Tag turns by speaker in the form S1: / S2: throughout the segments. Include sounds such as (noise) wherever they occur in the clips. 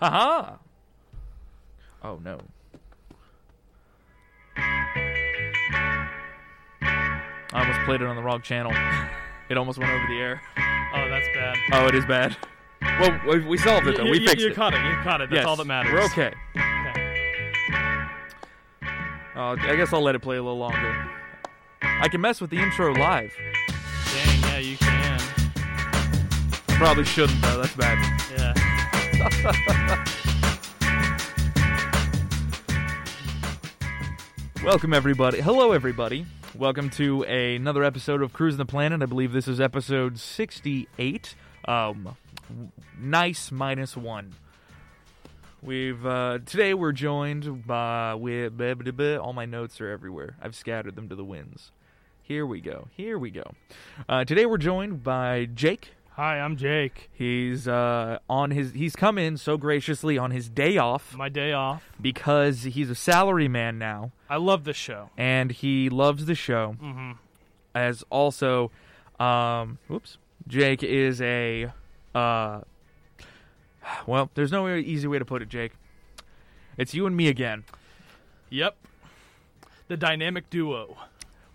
S1: Aha! Oh no. I almost played it on the wrong channel. (laughs) It almost went over the air.
S2: Oh, that's bad.
S1: Oh, it is bad. Well, we- we solved it though.
S2: You-
S1: We
S2: you,
S1: fixed
S2: you
S1: it.
S2: caught it. You caught it. That's
S1: Yes.
S2: all that matters.
S1: We're okay.
S2: Okay.
S1: Uh, I guess I'll let it play a little longer. I can mess with the intro live.
S2: Dang, yeah, you can.
S1: Probably shouldn't though. That's bad.
S2: Yeah.
S1: Welcome everybody. Hello everybody. Welcome to another episode of Cruising the Planet. I believe this is episode 68. Um, w- nice minus one. We've uh, today we're joined by with blah, blah, blah. all my notes are everywhere. I've scattered them to the winds. Here we go. Here we go. Uh, today we're joined by Jake.
S2: Hi, I'm Jake.
S1: He's uh, on his. He's come in so graciously on his day off
S2: My day off.
S1: because he's a salary man now,
S2: I love this show.
S1: and he loves the show.
S2: Mm-hmm.
S1: As also, um, whoops, Jake is a. Uh, (sighs) well, there's no easy way to put it, Jake. It's you and me again,
S2: Yep. The dynamic duo.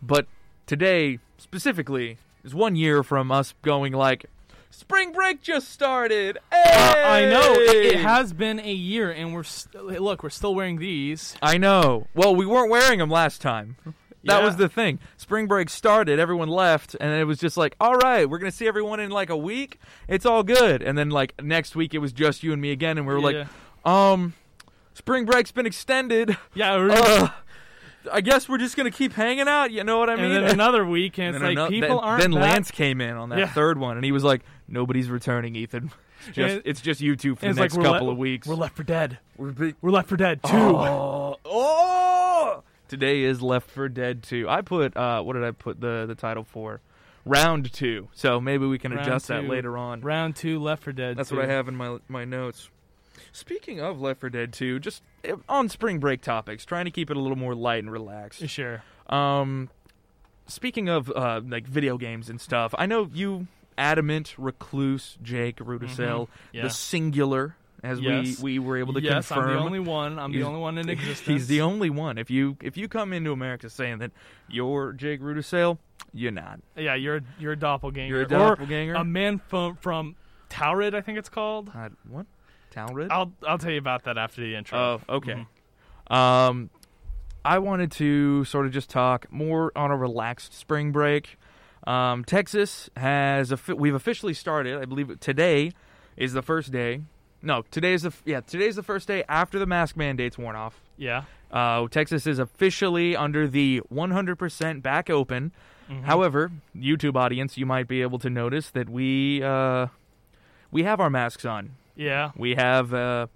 S1: but today specifically is one year from us going like, spring break just started.
S2: Uh, I know it, it
S1: Hey!"
S2: has been a year, and we're st- hey, look, we're still wearing these.
S1: I know. Well, we weren't wearing them last time. That
S2: Yeah.
S1: was the thing. Spring break started, everyone left, and it was just like, all right, we're gonna see everyone in like a week. It's all good. And then like next week, it was just you and me again, and we were
S2: Yeah.
S1: like, um, spring break's been extended.
S2: Yeah, we're-
S1: (laughs) Ugh. I guess we're just gonna keep hanging out. You know what I
S2: and
S1: mean?
S2: then another week,
S1: (laughs) And
S2: and it's
S1: then
S2: like
S1: ano-
S2: people
S1: then,
S2: aren't.
S1: Then
S2: back.
S1: Lance came in on that
S2: Yeah.
S1: third one, and he was like, "Nobody's returning, Ethan. It's just,
S2: And-
S1: it's just you two for
S2: and
S1: the next
S2: it's like we're
S1: couple
S2: le-
S1: of weeks."
S2: We're left for dead.
S1: We're be-
S2: We're left for dead too.
S1: Oh, oh! Today is Left for Dead 2. I put uh what did I put the the title for? Round 2. So maybe we can
S2: Round
S1: adjust that
S2: two.
S1: later on.
S2: Round two, Left for Dead.
S1: That's
S2: two.
S1: what I have in my my notes. Speaking of Left for Dead 2, just eh, on spring break topics, trying to keep it a little more light and relaxed.
S2: Sure.
S1: Um speaking of uh like video games and stuff, I know you adamant recluse Jake Rudicell,
S2: Mm-hmm. Yeah.
S1: the singular as
S2: Yes.
S1: we we were able to
S2: yes,
S1: confirm
S2: I'm the only one. I'm
S1: (laughs)
S2: the
S1: He's-
S2: only one in existence.
S1: He's the only one. If you if you come into America saying that you're Jake Rudisale, you're not.
S2: yeah, you're a- you're a doppelganger.
S1: You're a
S2: Or um,
S1: doppelganger.
S2: a man from from Taurid, I think it's called.
S1: Uh, what? Talrid?
S2: I'll I'll tell you about that after the intro.
S1: Oh, okay. Um, I wanted to sort of just talk more on a relaxed spring break. Um, Texas has offi- we've officially started. I believe today is the first day. No, today is the f- yeah today's the first day after the mask mandate's worn off.
S2: yeah.
S1: Uh, Texas is officially under the 100% back open.
S2: Mm-hmm.
S1: Mm-hmm. However, YouTube audience, you might be able to notice that we uh, we have our masks on.
S2: Yeah.
S1: We have uh,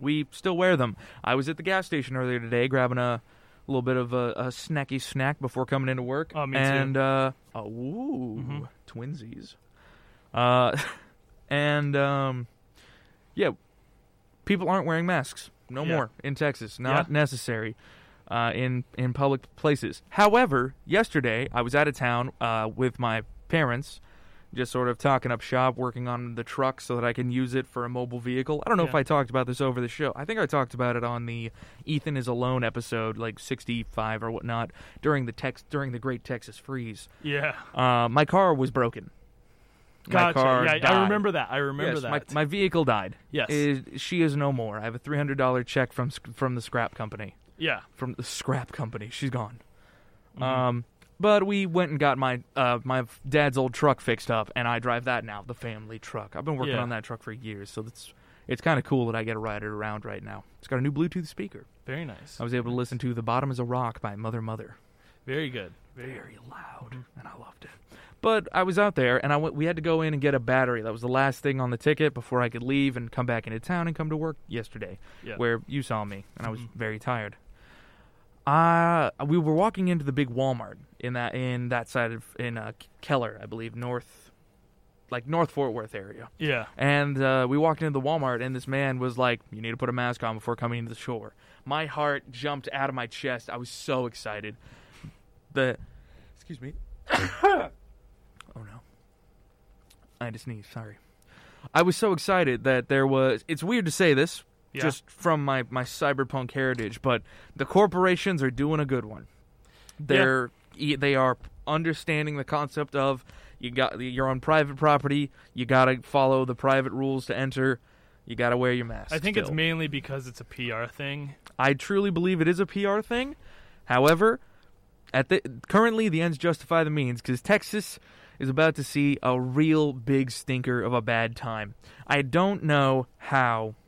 S1: we still wear them. I was at the gas station earlier today grabbing a little bit of a, a snacky snack before coming into work.
S2: Oh, me too.
S1: and uh, oh, ooh,
S2: Mhm.
S1: twinsies. Uh, (laughs) and um, yeah, people aren't wearing masks no
S2: Yeah.
S1: more in Texas. Not
S2: Yeah.
S1: necessary. Uh, in in public places. However, yesterday I was out of town uh, with my parents, just sort of talking up shop, working on the truck so that I can use it for a mobile vehicle. I don't know if
S2: Yeah.
S1: I talked about this over the show. I think I talked about it on the Ethan is Alone episode, like 65 or whatnot, during the tex- during the Great Texas Freeze.
S2: Yeah.
S1: Uh, my car was broken.
S2: Gotcha.
S1: My car
S2: yeah,
S1: died.
S2: I remember that. I remember
S1: Yes,
S2: that.
S1: My, my vehicle died.
S2: Yes.
S1: It- she is no more. I have a three hundred dollar check from sc- from the scrap company
S2: yeah.
S1: from the scrap company. She's gone.
S2: Mm-hmm.
S1: Um, but we went and got my uh, my f- dad's old truck fixed up, and I drive that now, the family truck. I've been working
S2: Yeah.
S1: on that truck for years, so that's it's kind of cool that I get to ride it around right now. It's got a new Bluetooth speaker.
S2: Very nice.
S1: I was able to listen to "The Bottom Is a Rock" by Mother Mother,
S2: Very good. Very.
S1: very loud,
S2: Mm-hmm.
S1: and I loved it. But I was out there, and I went, we had to go in and get a battery. That was the last thing on the ticket before I could leave and come back into town and come to work yesterday
S2: Yeah.
S1: where you saw me, and I was very tired. Uh, we were walking into the big Walmart in that in that side of in uh, Keller, I believe, north, like North Fort Worth area.
S2: Yeah.
S1: And uh, we walked into the Walmart, and this man was like, "You need to put a mask on before coming into the store." My heart jumped out of my chest. I was so excited. The, excuse me. (coughs) oh no. I had to sneeze. Sorry. I was so excited that there was. It's weird to say this
S2: Yeah.
S1: just from my, my cyberpunk heritage, but the corporations are doing a good one. They're e- they are understanding the concept of you got you're on private property, you got to follow the private rules to enter, you got to wear your mask.
S2: I think it's
S1: still.
S2: mainly because it's a PR thing.
S1: I truly believe it is a PR thing. However, at the currently the ends justify the means because Texas is about to see a real big stinker of a bad time. I don't know how (sighs)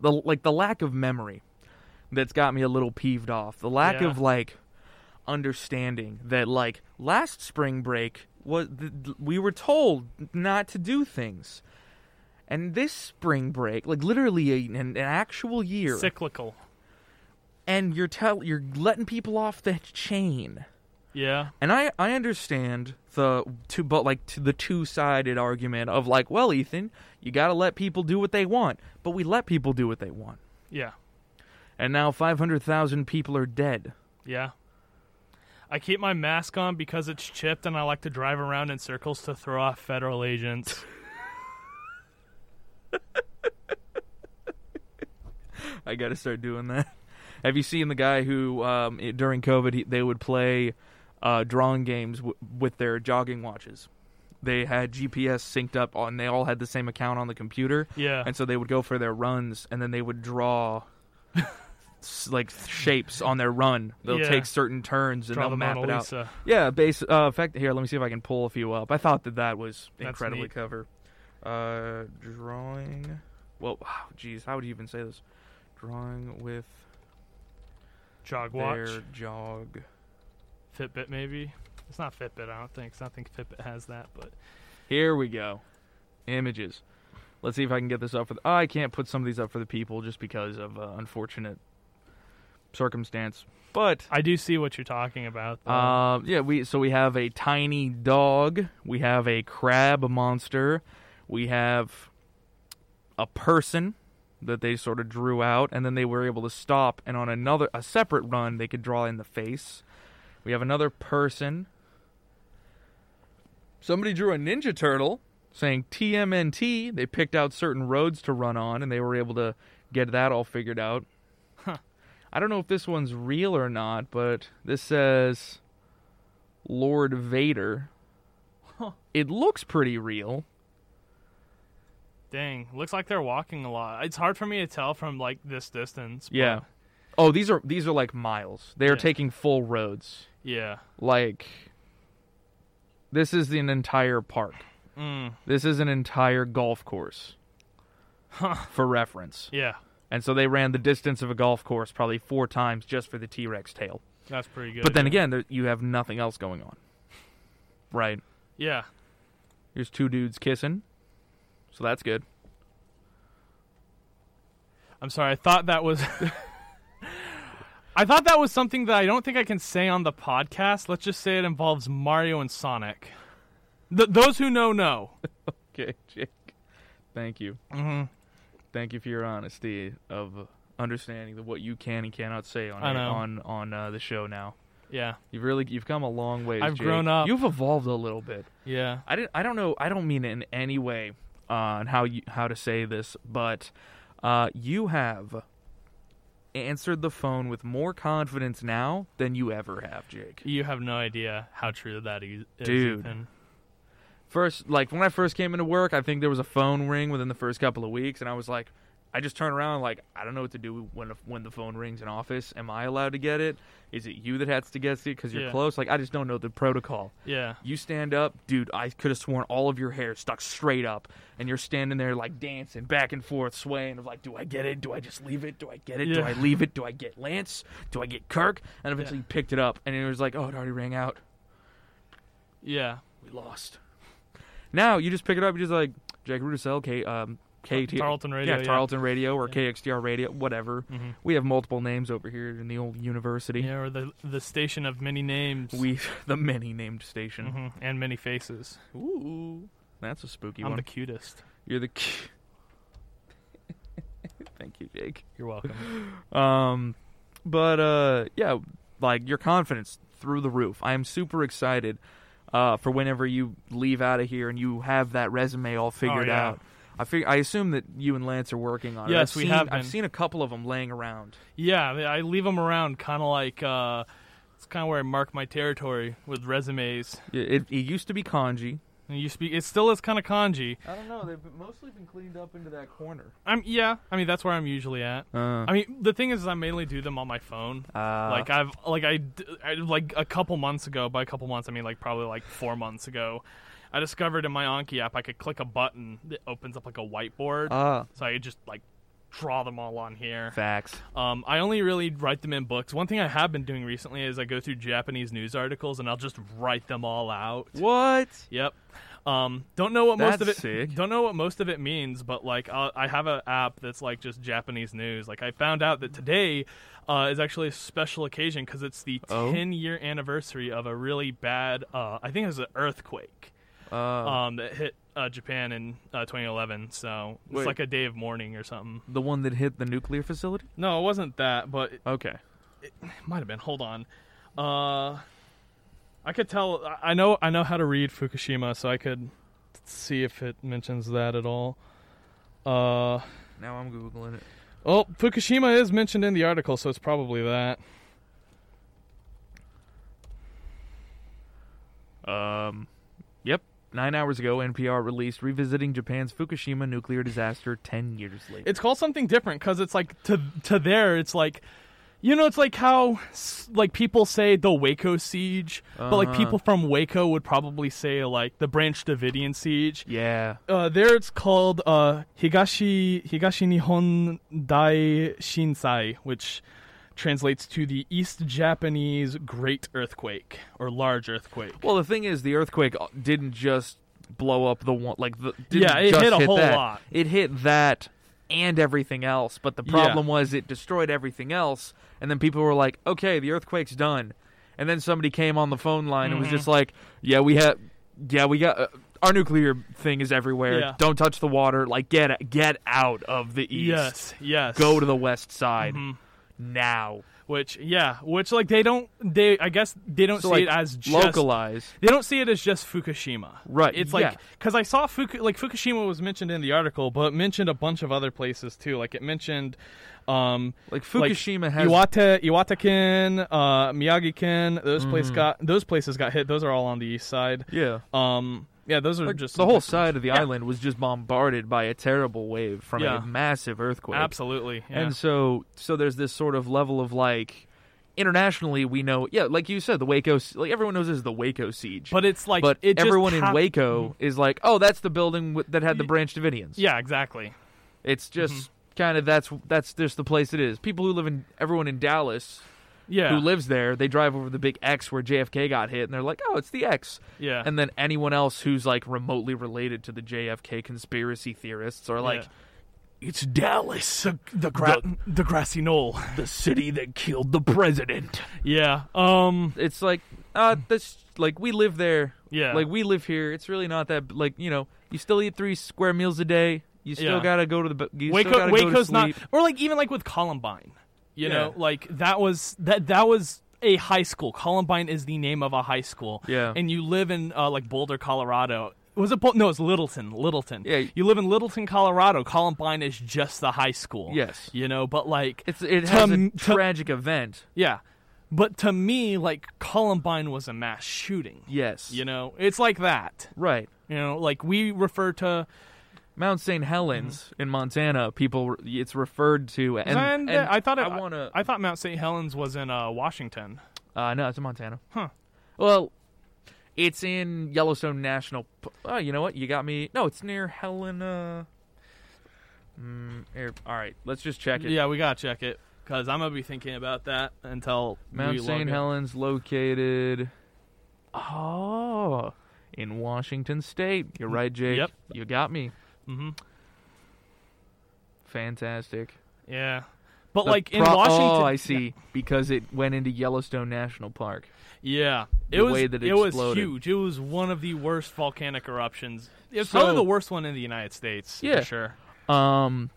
S1: the like the lack of memory that's got me a little peeved off. The lack
S2: Yeah.
S1: of like understanding that like last spring break was th- th- we were told not to do things. And this spring break, like literally a, an, an actual year,
S2: Cyclical.
S1: and you're tell you're letting people off the chain.
S2: Yeah.
S1: And I I understand the two but like to the two sided argument of like, well, Ethan, you got to let people do what they want, but we let people do what they want,
S2: Yeah.
S1: and now five hundred thousand people are dead.
S2: Yeah. I keep my mask on because it's chipped and I like to drive around in circles to throw off federal agents.
S1: I got to start doing that. (laughs) Have you seen the guy who um, it- during COVID he, they would play uh, drawing games w- with their jogging watches? They had GPS synced up on. They all had the same account on the computer,
S2: Yeah.
S1: and so they would go for their runs, and then they would
S2: (laughs)
S1: draw s- like shapes on their run. They'll
S2: Yeah.
S1: take certain turns and
S2: Draw the
S1: they'll map
S2: Mona
S1: it out.
S2: Lisa.
S1: Yeah, base uh, fact here. Let me see if I can pull a few up. I thought that that was
S2: That's
S1: incredibly
S2: neat.
S1: clever. Uh, drawing. Well, wow, geez, how would you even say this? Drawing with
S2: Jog
S1: their
S2: watch.
S1: jog.
S2: Fitbit maybe. It's not Fitbit, I don't think. 'cause I don't think Fitbit has that, but
S1: Here we go. Images. Let's see if I can get this up for. The, oh, I can't put some of these up for the people just because of uh, unfortunate circumstance. But
S2: I do see what you're talking about. though.
S1: Um, yeah, we so we have a tiny dog, we have a crab monster, we have a person that they sort of drew out, and then they were able to stop, and on another a separate run they could draw in the face. We have another person. Somebody drew a Ninja Turtle saying TMNT. They picked out certain roads to run on, and they were able to get that all figured out. I don't know if this one's real or not, but this says Lord Vader. It looks pretty real.
S2: Dang, looks like they're walking a lot. It's hard for me to tell from like this distance. but-
S1: Yeah. Oh, these are these are like miles. They are
S2: Yeah.
S1: taking full roads.
S2: yeah.
S1: Like this is an entire park.
S2: Mm,
S1: This is an entire golf course. For reference.
S2: yeah,
S1: And so they ran the distance of a golf course probably four times just for the T-Rex tail.
S2: that's pretty good.
S1: But then
S2: yeah.
S1: again, there, you have nothing else going on. Right.
S2: yeah,
S1: Here's two dudes kissing. So that's good. (laughs)
S2: I'm sorry. I thought that was. (laughs) I thought that was something that I don't think I can say on the podcast. Let's just say it involves Mario and Sonic. Th- those who know know.
S1: Okay, Jake. Thank you.
S2: Mm-hmm.
S1: Thank you for your honesty of understanding of what you can and cannot say on
S2: I know.
S1: on on uh, the show now.
S2: Yeah,
S1: You've really you've come a long way.
S2: I've grown up.
S1: You've evolved a little bit.
S2: yeah.
S1: I didn't. I don't know. I don't mean it in any way uh, on how you how to say this, but uh, you have answered the phone with more confidence now than you ever have, Jake.
S2: You have no idea how true that is, is,
S1: Dude.
S2: Ethan.
S1: first like when I first came into work, I think there was a phone ring within the first couple of weeks, and I was like, I just turn around like I don't know what to do when when the phone rings in office. Am I allowed to get it? Is it you that has to get it because you're
S2: Yeah.
S1: close? Like I just don't know the protocol.
S2: Yeah,
S1: You stand up, dude. I could have sworn all of your hair stuck straight up, and you're standing there like dancing back and forth, swaying of like, do I get it? Do I just leave it? Do I get it? Do
S2: Yeah.
S1: I leave it? Do I get Lance? Do I get Kirk? And eventually you picked it up, and it was like, oh, it already rang out.
S2: yeah.
S1: We lost. Now you just pick it up. You're just like Jake Rudisell, K, um, KT,
S2: Uh, Tarleton Radio,
S1: yeah,
S2: yeah.
S1: Tarleton Radio or KXDR Radio, whatever.
S2: Mhm.
S1: We have multiple names over here in the old university.
S2: Yeah, or the the station of many names.
S1: We (laughs) the many named station.
S2: Mhm, and many faces.
S1: Ooh, that's a spooky
S2: Mm-hmm. I'm
S1: one.
S2: the cutest.
S1: You're the. Cu- (laughs) Thank you, Jake. (laughs)
S2: You're welcome.
S1: Um, but uh, yeah, like your confidence through the roof. I am super excited uh, for whenever you leave out of here and you have that resume all figured
S2: Oh, yeah.
S1: out. I fig- I assume that you and Lance are working on it.
S2: Yes,
S1: I've
S2: we
S1: seen,
S2: have
S1: I've
S2: been.
S1: seen a couple of them laying around.
S2: Yeah, I I leave them around, kind of like uh, it's kind of where I mark my territory with resumes.
S1: It, it, it used to be kanji.
S2: And you speak, it still is kind of kanji.
S1: I don't know. They've mostly been cleaned up into that corner.
S2: I'm yeah. I mean, that's where I'm usually at.
S1: Uh,
S2: I mean, the thing is, I mainly do them on my phone.
S1: uh,
S2: like I've like I, d- I- like a couple months ago. By a couple months, I mean like probably like four months ago. I discovered in my Anki app I could click a button that opens up like a whiteboard,
S1: uh,
S2: so I just like draw them all on here.
S1: facts.
S2: Um, I only really write them in books. One thing I have been doing recently is I go through Japanese news articles and I'll just write them all out.
S1: What?
S2: Yep. Um, don't know what most of it.
S1: That's sick.
S2: Don't know what most of it means, but like i I have an app that's like just Japanese news. Like I found out that today uh, is actually a special occasion because it's the
S1: Oh?
S2: 10 year anniversary of a really bad. Uh, I think it was an earthquake
S1: Uh,
S2: um, that hit uh, Japan in uh, 2011. So it's
S1: Wait.
S2: like a day of mourning or something.
S1: the one that hit the nuclear facility?
S2: No, it wasn't that, but
S1: Okay.
S2: Might have been. Hold on. Uh, I could tell. I- I know. I know how to read Fukushima, so I could see if it mentions that at all. Uh,
S1: Now I'm googling it.
S2: oh, Fukushima is mentioned in the article, so it's probably that.
S1: Um, yep. Nine hours ago, NPR released revisiting Japan's Fukushima nuclear disaster ten years later.
S2: It's called something different because it's like to to there. It's like. You know, it's like how s- like people say the Waco siege, but like
S1: Uh-huh.
S2: people from Waco would probably say like the Branch Davidian siege.
S1: yeah.
S2: uh, there it's called uh, Higashi Higashi Nihon Dai Shinsai, which translates to the East Japanese Great Earthquake or Large Earthquake.
S1: Well, the thing is, the earthquake uh, didn't just blow up the one like the didn't
S2: Yeah, it
S1: just
S2: hit a whole
S1: that.
S2: lot.
S1: It hit that and everything else, but the
S2: Yeah.
S1: problem was it destroyed everything else, and then people were like, "Okay, the earthquake's done," and then somebody came on the phone line and was
S2: Mm-hmm.
S1: just like, "Yeah, we have, yeah, we got." Uh, our nuclear thing is everywhere.
S2: Yeah.
S1: Don't touch the water. Like get get out of the east.
S2: Yes, yes.
S1: Go to the west side
S2: Mm-hmm.
S1: now.
S2: which yeah, which like they don't they I guess they don't
S1: So
S2: see
S1: like
S2: it as just
S1: localize.
S2: they don't see it as just Fukushima.
S1: Right,
S2: It's
S1: yeah.
S2: like because I saw Fuku- like Fukushima was mentioned in the article, but it mentioned a bunch of other places too. Like it mentioned, um,
S1: Like Fukushima has
S2: Iwate, Iwataken, uh, Miyagi-ken. Those places got those places got hit. Those are all on the east side.
S1: yeah.
S2: Um, yeah, those are just
S1: the whole side of the
S2: Yeah.
S1: island was just bombarded by a terrible wave from
S2: Yeah.
S1: a massive earthquake.
S2: Absolutely, yeah.
S1: And so so there's this sort of level of like internationally we know yeah, like you said the Waco like everyone knows this is the Waco siege.
S2: but it's like
S1: but
S2: it just
S1: everyone in
S2: hap- mm-hmm.
S1: Waco is like, "Oh, that's the building w- that had the
S2: Y-
S1: Branch Davidians."
S2: Yeah, Mm-hmm. exactly.
S1: It's just kind of that's that's just the place it is. People who live in everyone in Dallas
S2: Yeah,
S1: who lives there, they drive over the big X where JFK got hit and they're like, "Oh, it's the X."
S2: yeah,
S1: and then anyone else who's like remotely related to the JFK conspiracy theorists are like, it's Dallas,
S2: the the, gra- the grassy knoll.
S1: the city that killed the president.
S2: yeah. Um.
S1: It's like, uh, this like we live there,
S2: Yeah.
S1: like we live here. It's really not that like you know you still eat three square meals a day. You still
S2: Yeah.
S1: gotta go to the b- you still
S2: Waco,
S1: gotta go to
S2: Waco's not,
S1: sleep.
S2: or like even like with Columbine, you
S1: Yeah.
S2: know, like that was that that was a high school. Columbine is the name of a high school.
S1: Yeah.
S2: and you live in uh, like Boulder, Colorado. Was it Bol- no? It's Littleton. Littleton.
S1: Yeah.
S2: you live in Littleton, Colorado. Columbine is just the high school.
S1: Yes.
S2: you know, but like
S1: It's it
S2: to
S1: has a
S2: m- to-
S1: tragic event.
S2: yeah, but to me, like Columbine was a mass shooting.
S1: Yes,
S2: You know, it's like that.
S1: right.
S2: You know, like we refer to
S1: Mount St. Helens
S2: Mm-hmm.
S1: in Montana, people it's referred to, and,
S2: and,
S1: and
S2: I thought it,
S1: I want to
S2: I thought Mount St. Helens was in uh, Washington.
S1: Uh, no, it's in Montana.
S2: Huh.
S1: Well, it's in Yellowstone National. P- Oh, you know what? You got me. No, it's near Helena. Mm, here- all right, let's just check it.
S2: Yeah, we gotta check it because I'm gonna be thinking about that until we
S1: Mount
S2: log
S1: St.
S2: in.
S1: Helens located. Oh, in Washington State. You're right, Jake.
S2: Mm, Yep.
S1: You got me.
S2: Mhm.
S1: Fantastic.
S2: Yeah, but
S1: The
S2: like in
S1: pro-
S2: Washington.
S1: Oh, I see. Because it went into Yellowstone National Park.
S2: Yeah, it
S1: The
S2: was
S1: way that it
S2: it was
S1: exploded.
S2: huge. It was one of the worst volcanic eruptions. It's probably
S1: So-
S2: the worst one in the United States.
S1: Yeah.
S2: for sure.
S1: Um,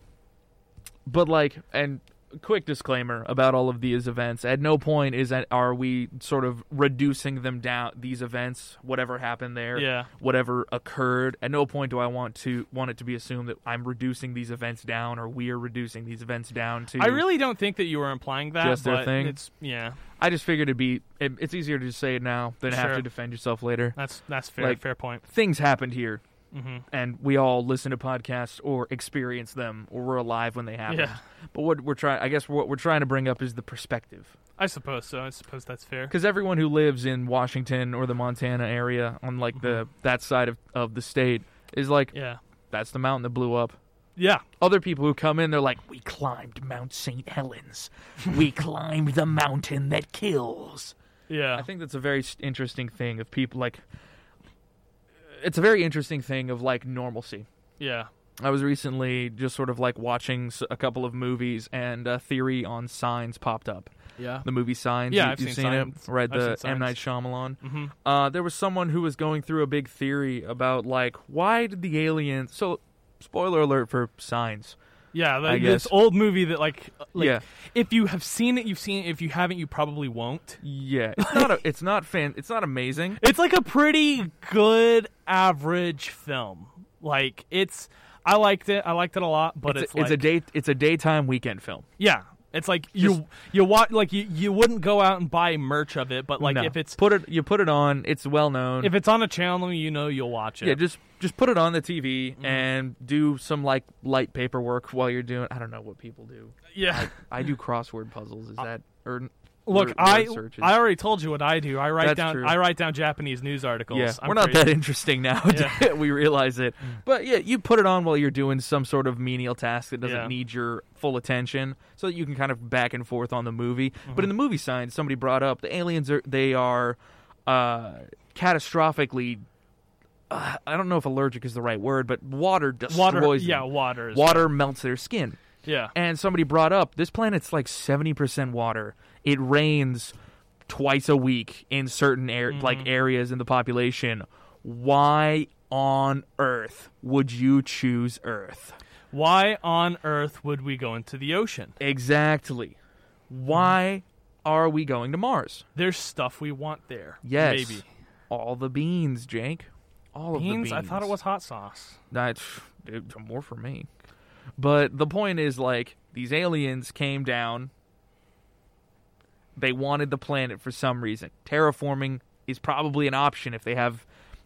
S1: but like, and quick disclaimer about all of these events. At no point is that are we sort of reducing them down these events, whatever happened there,
S2: Yeah.
S1: whatever occurred. At no point do I want to want it to be assumed that I'm reducing these events down or we're reducing these events down to
S2: I really don't think that you were implying that.
S1: Just their
S2: but
S1: thing?
S2: It's yeah.
S1: I just figured it'd be it, it's easier to just say it now than have
S2: Sure.
S1: to defend yourself later.
S2: That's that's fair.
S1: Like-
S2: fair point.
S1: Things happened here
S2: hmm
S1: and we all listen to podcasts or experience them or we're alive when they happen.
S2: Yeah.
S1: But what we're trying I guess what we're trying to bring up is the perspective.
S2: I suppose so. I suppose that's fair.
S1: because everyone who lives in Washington or the Montana area on like the that side of, of the state is like
S2: Yeah.
S1: that's the mountain that blew up.
S2: Yeah.
S1: Other people who come in, they're like, "We climbed Mount St. Helens. we climbed the mountain that kills."
S2: Yeah.
S1: I think that's a very s- interesting thing of people like. It's a very interesting thing of like normalcy.
S2: yeah.
S1: I was recently just sort of like watching s- a couple of movies, and a theory on signs popped up.
S2: Yeah.
S1: The movie Signs.
S2: Yeah,
S1: you,
S2: I've
S1: have
S2: seen
S1: seen,
S2: Signs.
S1: it, right?
S2: I've
S1: The
S2: seen
S1: M
S2: Signs.
S1: Night Shyamalan.
S2: Mm-hmm.
S1: uh, there was someone who was going through a big theory about like why did the aliens so spoiler alert for signs
S2: Yeah. The,
S1: I
S2: this
S1: guess.
S2: old movie that like, uh, like
S1: Yeah.
S2: if you have seen it, you've seen it. If you haven't, you probably won't.
S1: yeah it's not
S2: (laughs)
S1: a, it's not fan it's not amazing
S2: It's like a pretty good average film. Like it's. I liked it. I liked it a lot, but
S1: it's,
S2: it's,
S1: a, it's a
S2: like-
S1: day it's a daytime weekend film
S2: Yeah. It's like
S1: Just-
S2: you you watch like you, you wouldn't go out and buy merch of it, but like
S1: No.
S2: if it's
S1: put it you put it on it's well known
S2: if it's on a channel, you know you'll watch it.
S1: yeah just just put it on the TV
S2: Mm-hmm.
S1: and do some like light paperwork while you're doing I don't know what people do
S2: Yeah.
S1: I do crossword puzzles
S2: Uh,
S1: is that or
S2: (laughs) Look,
S1: word-
S2: I
S1: word searches?
S2: I already told you what I do. I write
S1: That's
S2: down
S1: true.
S2: I write down Japanese news articles.
S1: Yeah,
S2: I'm
S1: we're not
S2: crazy.
S1: that interesting now. (laughs)
S2: Yeah. Mm.
S1: we realize it. But yeah, you put it on while you're doing some sort of menial task that doesn't
S2: Yeah.
S1: need your full attention, so that you can kind of back and forth on the movie. But
S2: Mm-hmm.
S1: in the movie signs, somebody brought up the aliens are they are uh, catastrophically. Uh, I don't know if allergic is the right word, but water destroys
S2: water.
S1: them.
S2: Yeah, water. Is,
S1: water melts their skin
S2: yeah.
S1: and somebody brought up this planet's like 70% water it rains twice a week in certain air
S2: Mm-hmm.
S1: like areas in the population why on earth would you choose earth
S2: Why on earth would we go into the ocean?
S1: exactly why are we going to mars
S2: There's stuff we want there.
S1: yes
S2: Maybe.
S1: all the beans jake all of the
S2: Beans?
S1: beans
S2: I thought it was hot sauce.
S1: That's dude, more for me. But the point is, like, these aliens came down. They wanted the planet for some reason. Terraforming is probably an option if they have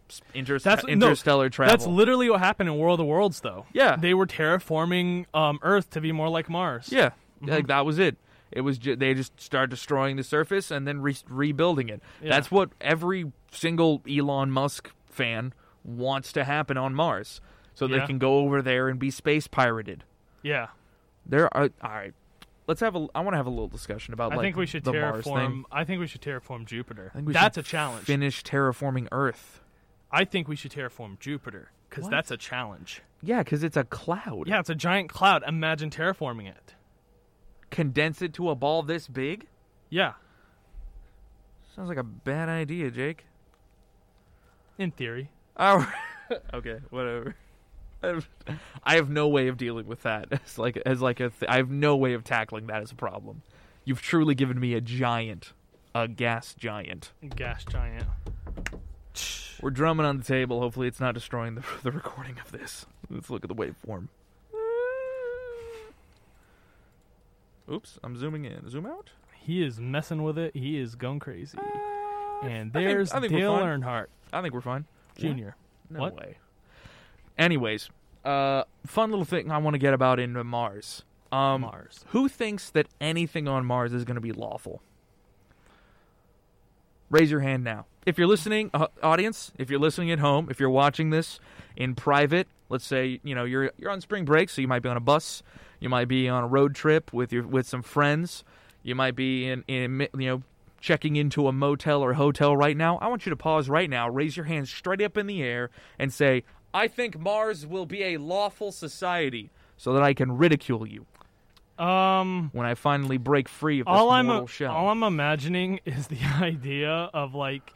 S1: s- inter-
S2: That's- no,
S1: interstellar travel.
S2: That's literally what happened in World of Worlds, though.
S1: Yeah.
S2: They were terraforming um, Earth to be more like Mars.
S1: yeah,
S2: Mm-hmm.
S1: like that was it. It was ju- they just start destroying the surface and then re- rebuilding it.
S2: Yeah.
S1: That's what every single Elon Musk fan wants to happen on Mars, so
S2: Yeah.
S1: they can go over there and be space pirated.
S2: Yeah.
S1: There are all right. Let's have a. I want to have a little discussion about.
S2: I
S1: like,
S2: think we should
S1: the Mars
S2: terraform.
S1: thing.
S2: I think we should terraform Jupiter.
S1: I think we
S2: that's
S1: should
S2: a challenge.
S1: Finish terraforming Earth.
S2: I think we should terraform Jupiter because
S1: What?
S2: that's a challenge.
S1: Yeah, because it's a cloud.
S2: Yeah, it's a giant cloud. Imagine terraforming it.
S1: Condense it to a ball this big.
S2: Yeah,
S1: Sounds like a bad idea, Jake.
S2: in theory.
S1: All
S2: (laughs)
S1: right. okay, whatever. I've- I have no way of dealing with that. (laughs) It's like as like a. Th- I have no way of tackling that as a problem. You've truly given me a giant, a gas giant.
S2: Gas giant.
S1: We're drumming on the table. Hopefully, it's not destroying the, (laughs) the recording of this. Let's look at the waveform. Oops, I'm zooming in. Zoom out.
S2: He is messing with it. He is going crazy. And
S1: I think-
S2: there's
S1: I think,
S2: Dale
S1: we're fine.
S2: Earnhardt
S1: I think we're fine.
S2: Jr.
S1: No
S2: What?
S1: way. Anyways, uh, fun little thing I want to get about in Mars. Um,
S2: Mars.
S1: Who thinks that anything on Mars is going to be lawful? Raise your hand now. If you're listening, uh, audience, if you're listening at home, if you're watching this in private, let's say you know you're you're on spring break, so you might be on a bus, you might be on a road trip with your with some friends, you might be in in you know checking into a motel or hotel right now. I want you to pause right now, raise your hands straight up in the air, and say, "I think Mars will be a lawful society," so that I can ridicule you
S2: Um,
S1: when I finally break free of this
S2: all I'm (laughs)
S1: mortal shell.
S2: all I'm imagining is the idea of like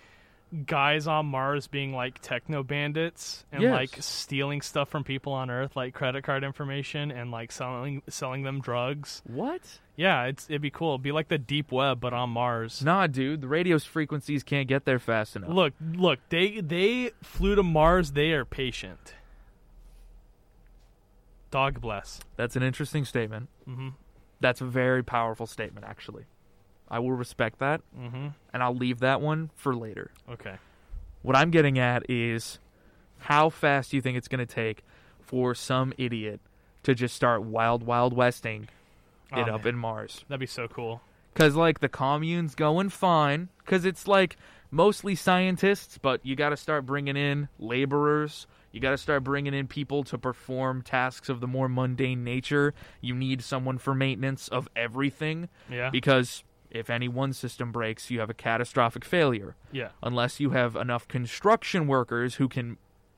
S2: guys on Mars being like techno bandits and
S1: Yes.
S2: like stealing stuff from people on Earth, like credit card information and like selling selling them drugs.
S1: What?
S2: Yeah, it's it'd be cool. It'd be like the deep web but on Mars.
S1: Nah, dude. The radio's frequencies can't get there fast enough.
S2: Look, look, they they flew to Mars, they are patient. Dog bless.
S1: That's an interesting statement.
S2: Mhm.
S1: That's a very powerful statement, actually. I will respect that,
S2: Mhm.
S1: and I'll leave that one for later.
S2: Okay.
S1: What I'm getting at is how fast do you think it's going to take for some idiot to just start wild, wild westing
S2: Aw,
S1: it up
S2: Oh, man.
S1: in Mars?
S2: That'd be so cool.
S1: Because, like, the commune's going fine, because it's, like, mostly scientists, but you got to start bringing in laborers. You got to start bringing in people to perform tasks of the more mundane nature. You need someone for maintenance of everything,
S2: Yeah.
S1: because if any one system breaks, you have a catastrophic failure
S2: yeah.
S1: unless you have enough construction workers who can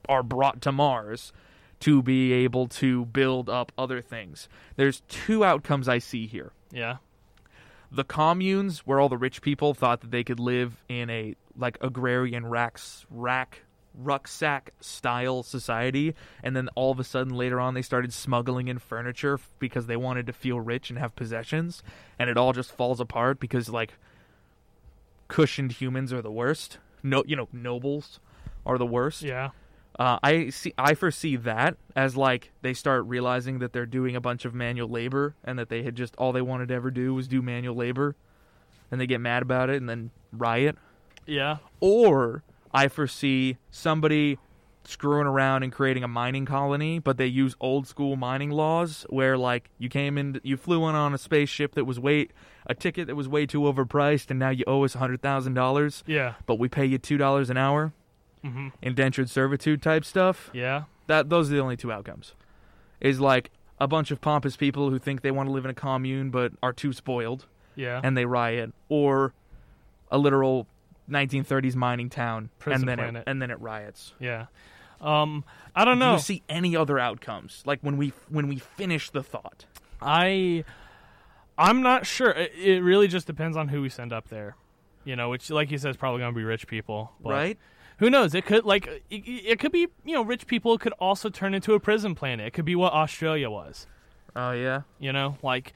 S1: are brought to Mars to be able to build up other things. There's two outcomes I see here.
S2: Yeah.
S1: The communes where all the rich people thought that they could live in a like agrarian racks rack rucksack style society and then all of a sudden later on they started smuggling in furniture f- because they wanted to feel rich and have possessions and it all just falls apart because like cushioned humans are the worst. No, you know, nobles are the worst.
S2: Yeah.
S1: Uh, I see. I foresee that as like they start realizing that they're doing a bunch of manual labor and that they had just all they wanted to ever do was do manual labor, and they get mad about it and then riot.
S2: Yeah.
S1: Or I foresee somebody screwing around and creating a mining colony, but they use old school mining laws where like you came in, you flew in on a spaceship that was way a ticket that was way too overpriced, and now you owe us a hundred thousand dollars
S2: Yeah.
S1: but we pay you two dollars an hour,
S2: Mhm.
S1: indentured servitude type stuff.
S2: Yeah.
S1: That those are the only two outcomes. Is like a bunch of pompous people who think they want to live in a commune but are too spoiled
S2: Yeah.
S1: and they riot, or a literal 1930s mining town
S2: Prison
S1: and then
S2: planet.
S1: It, and then it riots.
S2: yeah. Um I don't
S1: Do
S2: know.
S1: you see any other outcomes? Like when we when we finish the thought.
S2: I I'm not sure. It, it really just depends on who we send up there. You know, which like you said is probably going to be rich people, but
S1: Right?
S2: Who knows? It could like it, it could be, you know, rich people could also turn into a prison planet. It could be what Australia was,
S1: Oh yeah.
S2: you know? Like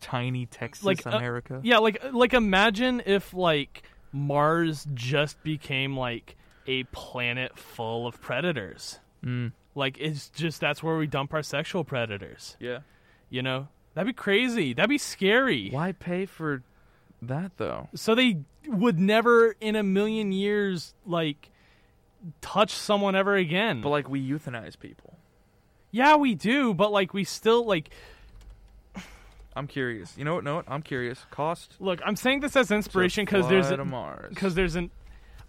S1: Tiny Texas
S2: Like, uh,
S1: America.
S2: yeah, like like imagine if like Mars just became like a planet full of predators.
S1: Mm.
S2: Like it's just that's where we dump our sexual predators.
S1: yeah.
S2: You know, that'd be crazy. That'd be scary.
S1: Why pay for that though?
S2: So they would never in a million years like touch someone ever again.
S1: But like we euthanize people.
S2: yeah, we do, but like we still like
S1: I'm curious. You know what? No, what? I'm curious. Cost to
S2: look. I'm saying this as inspiration because there's
S1: fly
S2: a,
S1: to Mars.
S2: because there's an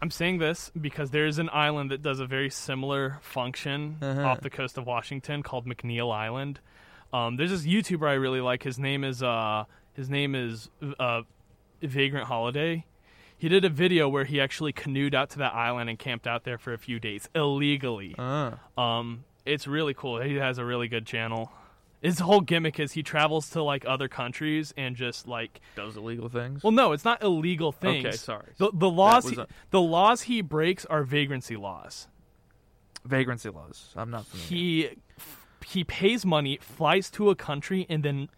S2: I'm saying this because there is an island that does a very similar function
S1: Uh-huh.
S2: off the coast of Washington called McNeil Island. Um, there's this YouTuber I really like. His name is uh, his name is uh, Vagrant Holiday. He did a video where he actually canoed out to that island and camped out there for a few days illegally.
S1: uh,
S2: Um, it's really cool. He has a really good channel. His whole gimmick is he travels to like other countries and just like
S1: those illegal things.
S2: well, no, it's not illegal things.
S1: Okay, sorry.
S2: The, the laws
S1: That was
S2: he,
S1: a-
S2: the laws he breaks are vagrancy laws.
S1: Vagrancy laws. I'm not familiar.
S2: He he pays money, flies to a country, and then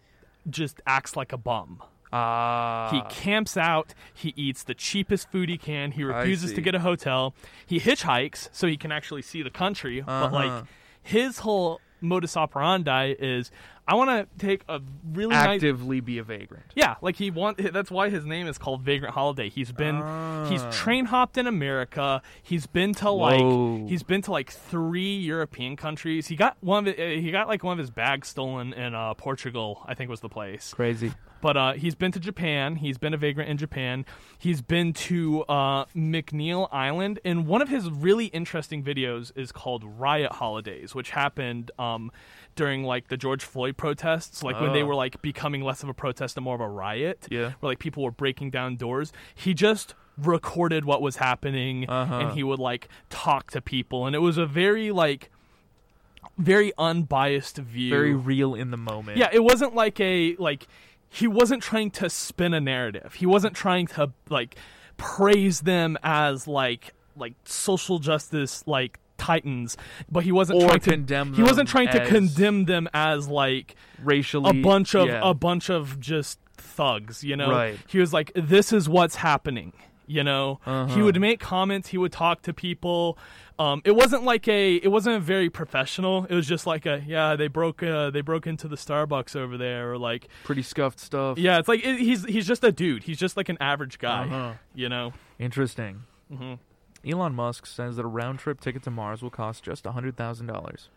S2: just acts like a bum.
S1: Ah,
S2: He camps out. He eats the cheapest food he can. He refuses to
S1: see.
S2: get a hotel. He hitchhikes so he can actually see the country. But like
S1: Uh-huh.
S2: his whole modus operandi is, I want to take a really nice
S1: actively be a vagrant.
S2: Yeah, like he want. (laughs) That's why his name is called Vagrant Holiday. He's been he's
S1: Ah.
S2: train hopped in America. He's been to like
S1: Whoa.
S2: he's been to like three European countries. He got one of it, he got like one of his bags stolen in uh, Portugal. I think was the place.
S1: Crazy.
S2: But uh, he's been to Japan. He's been a vagrant in Japan. He's been to uh, McNeil Island. And one of his really interesting videos is called Riot Holidays, which happened um, during like the George Floyd protests, like when they
S1: Oh.
S2: were like becoming less of a protest and more of a riot.
S1: Yeah.
S2: Where like people were breaking down doors. He just recorded what was happening
S1: Uh-huh.
S2: and he would like talk to people. And it was a very like, very unbiased view.
S1: Very real in the moment.
S2: Yeah, it wasn't like a like he wasn't trying to spin a narrative. He wasn't trying to like praise them as like like social justice like titans, but he wasn't
S1: Or
S2: trying to
S1: condemn
S2: He wasn't
S1: them
S2: trying to
S1: as-
S2: condemn them as like
S1: racially
S2: a bunch of
S1: yeah.
S2: a bunch of just thugs, you know.
S1: Right.
S2: He was like, "This is what's happening." You know, he
S1: Uh-huh.
S2: would make comments. He would talk to people. Um, it wasn't like a. It wasn't very professional. It was just like a. Yeah, they broke. Uh, they broke into the Starbucks over there, or like.
S1: pretty scuffed stuff.
S2: Yeah, it's like it, he's he's just a dude. He's just like an average guy.
S1: Uh-huh.
S2: You know.
S1: Interesting.
S2: Mm-hmm.
S1: Elon Musk says that a round trip ticket to Mars will cost just hundred thousand dollars.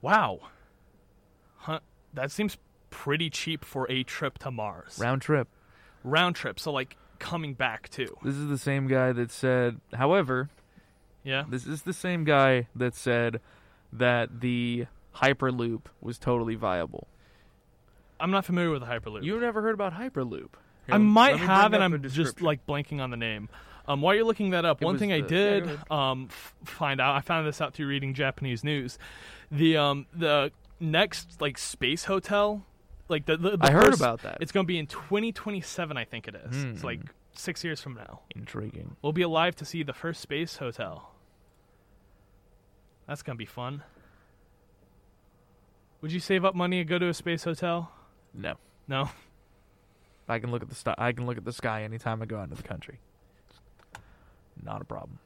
S2: Wow. Huh. That seems pretty cheap for a trip to Mars.
S1: Round trip.
S2: Round trip. So like coming back too.
S1: This is the same guy that said. However,
S2: Yeah.
S1: this is the same guy that said that the Hyperloop was totally viable.
S2: I'm not familiar with the Hyperloop.
S1: You never heard about Hyperloop? Here,
S2: I
S1: let-
S2: might
S1: let me
S2: have,
S1: bring
S2: and
S1: up a
S2: I'm just
S1: description.
S2: like blanking on the name. Um, while you're looking that up,
S1: It
S2: one
S1: was
S2: thing I
S1: the- yeah, go
S2: did um, f- find out, I found this out through reading Japanese news. The um, the next like space hotel, like the, the, the
S1: I heard
S2: first-
S1: about that.
S2: It's going to be in 2027, I think it is. It's
S1: Hmm.
S2: like six years from now.
S1: intriguing.
S2: We'll be alive to see the first space hotel. That's gonna be fun. Would you save up money and go to a space hotel?
S1: No,
S2: No. (laughs)
S1: I can look at the sti- I can look at the sky anytime I go out into the country. Not a problem.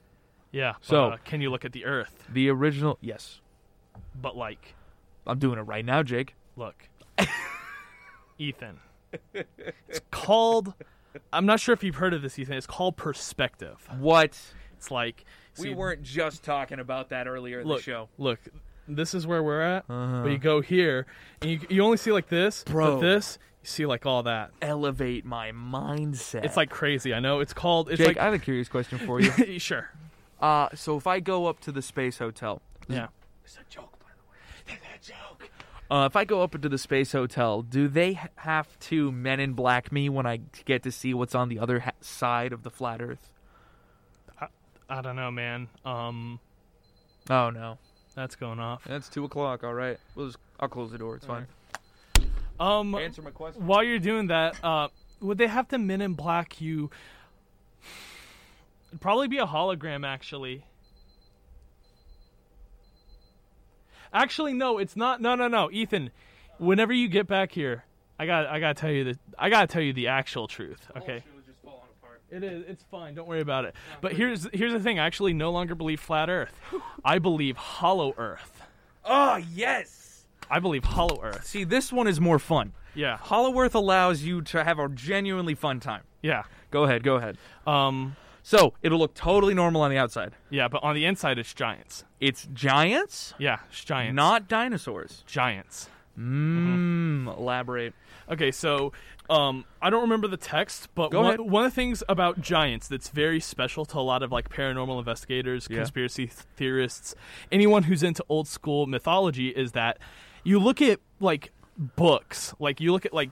S2: Yeah. but,
S1: So-
S2: uh, can you look at the Earth?
S1: The original, yes,
S2: But like,
S1: I'm doing it right now, Jake.
S2: look, Ethan. It's called. I'm not sure if you've heard of this, Ethan. It's called perspective.
S1: What?
S2: It's like so you-
S1: weren't just talking about that earlier in
S2: look, Look, this is where we're at.
S1: Uh-huh.
S2: But you go here, and you you only see like this,
S1: Bro.
S2: but this you see like all that.
S1: Elevate my mindset.
S2: It's like crazy. I know. It's called. It's
S1: Jake, I
S2: like
S1: have a curious question for (laughs) you.
S2: (laughs) sure.
S1: uh, so if I go up to the space hotel,
S2: Yeah.
S1: it's a joke, by the way. It's a joke. Uh, if I go up into the space hotel, do they ha- have to Men in Black me when I get to see what's on the other ha- side of the flat Earth?
S2: I don't know, man. Um,
S1: Oh no,
S2: that's going off.
S1: that's two o'clock. All right, we'll just I'll close the door. It's fine.
S2: Um,
S1: my question.
S2: while you're doing that, uh, would they have to Men in Black you? It'd probably be a hologram, actually. Actually, no, it's not. No, no, no, Ethan. Whenever you get back here, I got, I gotta tell you the, I gotta tell you the actual truth. Okay. It is. It's fine. Don't worry about it. But here's here's the thing. I actually no longer believe flat Earth. I believe hollow Earth.
S1: Oh yes.
S2: I believe hollow Earth.
S1: See, this one is more fun.
S2: Yeah.
S1: Hollow Earth allows you to have a genuinely fun time.
S2: Yeah.
S1: Go ahead, go ahead.
S2: Um.
S1: So it'll look totally normal on the outside.
S2: Yeah. But on the inside, it's giants.
S1: It's giants,
S2: Yeah. It's giants.
S1: not dinosaurs.
S2: giants.
S1: Mmm. Elaborate.
S2: Okay. So, um, I don't remember the text, but
S1: Go
S2: one,
S1: ahead.
S2: one of the things about giants that's very special to a lot of like paranormal investigators,
S1: Yeah.
S2: conspiracy th- theorists, anyone who's into old school mythology is that you look at like books, like you look at like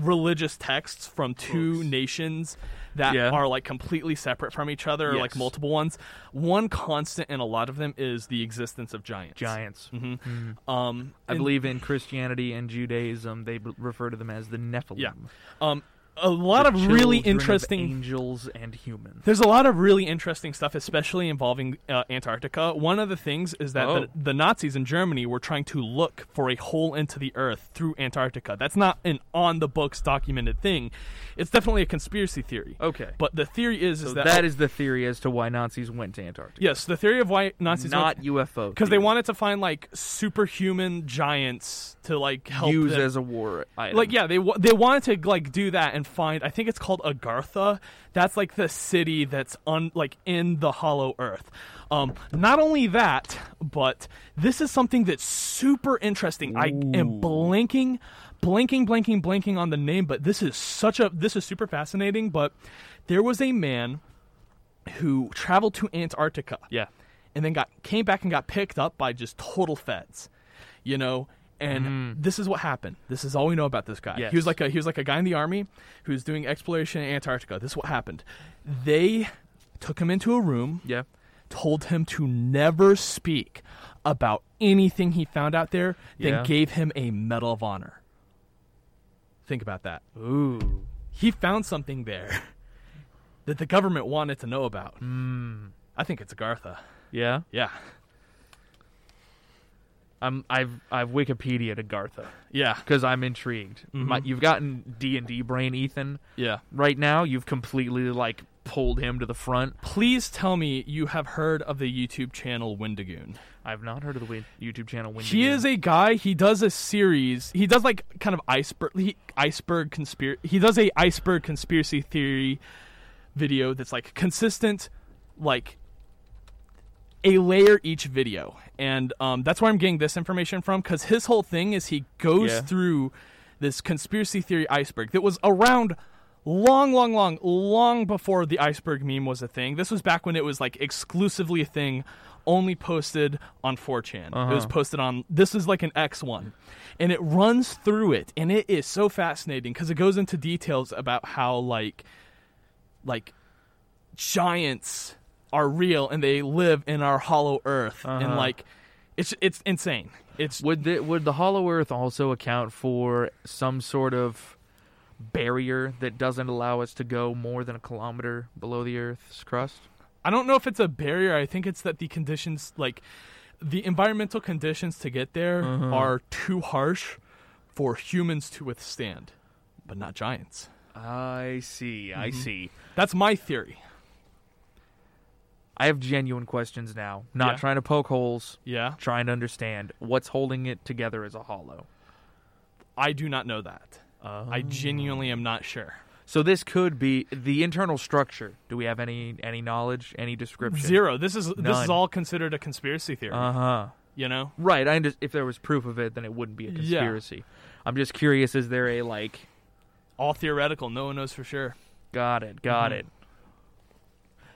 S2: religious texts from two nations that
S1: Yeah.
S2: are like completely separate from each other or like
S1: Yes.
S2: multiple ones one constant in a lot of them is the existence of giants
S1: Giants.
S2: um
S1: I
S2: and-
S1: believe in Christianity and Judaism, they b- refer to them as the Nephilim.
S2: yeah um a lot of really
S1: Children of
S2: interesting
S1: angels and humans.
S2: There's a lot of really interesting stuff, especially involving uh, Antarctica. One of the things is that
S1: Oh.
S2: the, the Nazis in Germany were trying to look for a hole into the earth through Antarctica. That's not an on the books documented thing. It's definitely a conspiracy theory.
S1: Okay.
S2: But the theory is, is
S1: So
S2: that.
S1: that is the theory as to why Nazis went to Antarctica.
S2: Yes, the theory of why Nazis.
S1: not UFO.
S2: Because they
S1: theory.
S2: wanted to find, like, superhuman giants to, like, help
S1: use
S2: them.
S1: as a war item.
S2: like yeah they wa- they wanted to like do that and find i think it's called agartha that's like the city that's un like in the hollow earth um not only that but this is something that's super interesting i am blanking blanking blanking blanking on the name but this is such a this is super fascinating but there was a man who traveled to antarctica
S1: Yeah.
S2: and then got came back and got picked up by just total feds, you know. And this is what happened. This is all we know about this guy.
S1: Mm. Yes.
S2: He was like a he was like a guy in the army who's doing exploration in Antarctica. This is what happened. They took him into a room,
S1: Yeah.
S2: told him to never speak about anything he found out there, then
S1: Yeah.
S2: gave him a medal of honor. Think about that.
S1: Ooh.
S2: (laughs)
S1: Mm.
S2: He found something there that the government wanted to know about. I think it's Agartha.
S1: Yeah,
S2: Yeah.
S1: I'm I've I've Wikipedia to Gartha
S2: Yeah.
S1: because I'm intrigued.
S2: Mm-hmm.
S1: My, you've gotten D and D brain, Ethan.
S2: Yeah.
S1: Right now, you've completely like pulled him to the front.
S2: Please tell me you have heard of the YouTube channel Windigoon.
S1: I've not heard of the Win- YouTube channel. Windigoon.
S2: He is a guy. He does a series. He does like kind of iceberg he, iceberg conspiracy. He does a iceberg conspiracy theory video that's like consistent, like a layer each video, and um, that's where I'm getting this information from. Because his whole thing is he goes
S1: Yeah.
S2: through this conspiracy theory iceberg that was around long, long, long, long before the iceberg meme was a thing. This was back when it was like exclusively a thing, only posted on 4chan. It was posted on this is like an X one, and it runs through it, and it is so fascinating because it goes into details about how like like giants are real and they live in our hollow earth and
S1: Uh-huh.
S2: like it's it's insane. It's
S1: Would the would the Hollow Earth also account for some sort of barrier that doesn't allow us to go more than a kilometer below the Earth's crust?
S2: I don't know if it's a barrier. I think it's that the conditions, like the environmental conditions to get there,
S1: Uh-huh.
S2: are too harsh for humans to withstand, but not giants.
S1: I see. I see.
S2: That's my theory.
S1: I have genuine questions now. Not
S2: Yeah.
S1: trying to poke holes.
S2: Yeah,
S1: Trying to understand what's holding it together as a hollow.
S2: I do not know that.
S1: Oh.
S2: I genuinely am not sure.
S1: So this could be the internal structure. Do we have any any knowledge, any description?
S2: Zero. This is this is
S1: None.
S2: all considered a conspiracy theory.
S1: Uh huh.
S2: you know?
S1: Right. I under- if there was proof of it, then it wouldn't be a
S2: Yeah.
S1: conspiracy. I'm just curious. Is there a like?
S2: All theoretical. No one knows for sure.
S1: Got it. Got it.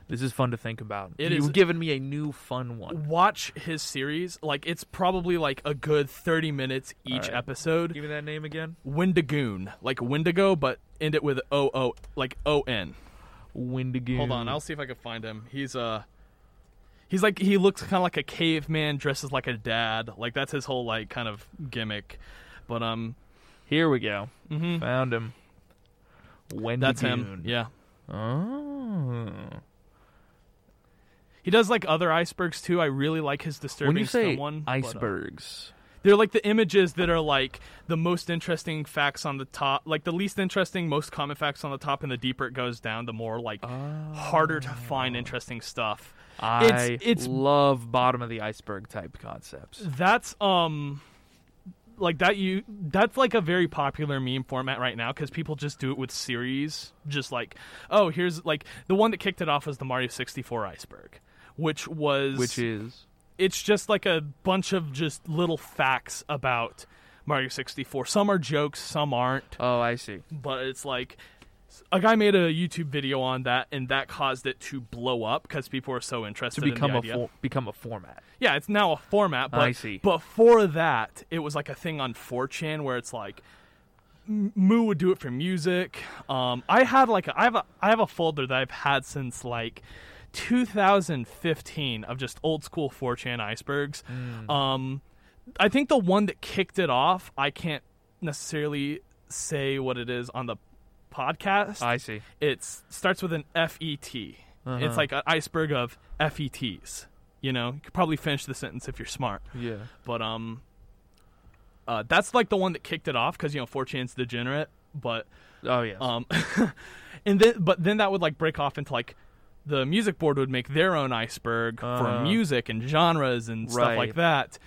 S1: This is fun to think about.
S2: Mm-hmm. It
S1: You've
S2: is-
S1: given me a new fun one.
S2: Watch his series. Like it's probably like a good thirty minutes each
S1: right.
S2: episode.
S1: Give me that name again.
S2: Windigoon, like Wendigo, but end it with O O, like O N.
S1: Windigoon.
S2: Hold on, I'll see if I can find him. He's uh He's like he looks kind of like a caveman, dresses like a dad. Like that's his whole like kind of gimmick. But um,
S1: Here we go.
S2: mhm,
S1: Found him. Wendigoon.
S2: that's him. Yeah,
S1: Oh.
S2: he does like other icebergs too. I really like his disturbing
S1: When you
S2: Stone
S1: say
S2: one but, uh,
S1: icebergs,
S2: they're like the images that are like the most interesting facts on the top, like the least interesting, most common facts on the top, and the deeper it goes down, the more like harder to find interesting stuff.
S1: I
S2: it's- it's-
S1: love bottom of the iceberg type concepts.
S2: that's um like that you that's like a very popular meme format right now because people just do it with series just like oh here's like the one that kicked it off was the mario 64 iceberg which was
S1: Which is
S2: it's just like a bunch of just little facts about mario 64 some are jokes some aren't
S1: oh, I see.
S2: but it's like a guy made a youtube video on that and that caused it to blow up because people are so
S1: To
S2: interested
S1: become
S2: in the
S1: a
S2: idea.
S1: fo- become a format.
S2: Yeah, it's now a format, but
S1: I see.
S2: before that, it was like a thing on 4chan where it's like M- Moo would do it for music. Um, I had like a, I have a I have a folder that I've had since like 2015 of just old school 4chan icebergs.
S1: Mm.
S2: Um, I think the one that kicked it off, I can't necessarily say what it is on the podcast.
S1: I see.
S2: it starts with an FET.
S1: Uh-huh.
S2: It's like an iceberg of FETs. You know, you could probably finish the sentence if you're smart.
S1: Yeah.
S2: But um, uh, that's like the one that kicked it off because you know 4chan's degenerate. But
S1: Oh yes.
S2: um, (laughs) and then but then that would like break off into like the music board would make their own iceberg
S1: Uh.
S2: for music and genres and stuff
S1: Right.
S2: like that.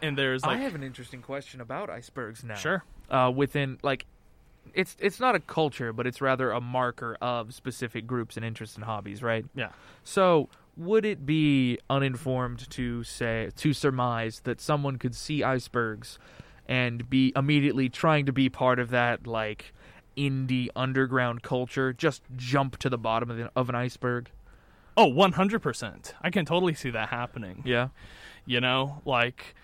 S2: And there's like
S1: I have an interesting question about icebergs now.
S2: sure,
S1: uh, within like it's it's not a culture, but it's rather a marker of specific groups and interests and hobbies, right?
S2: yeah,
S1: So would it be uninformed to say to surmise that someone could see icebergs and be immediately trying to be part of that like indie underground culture just jump to the bottom of, the, of an iceberg
S2: oh 100 percent. I can totally see that happening.
S1: yeah
S2: you know like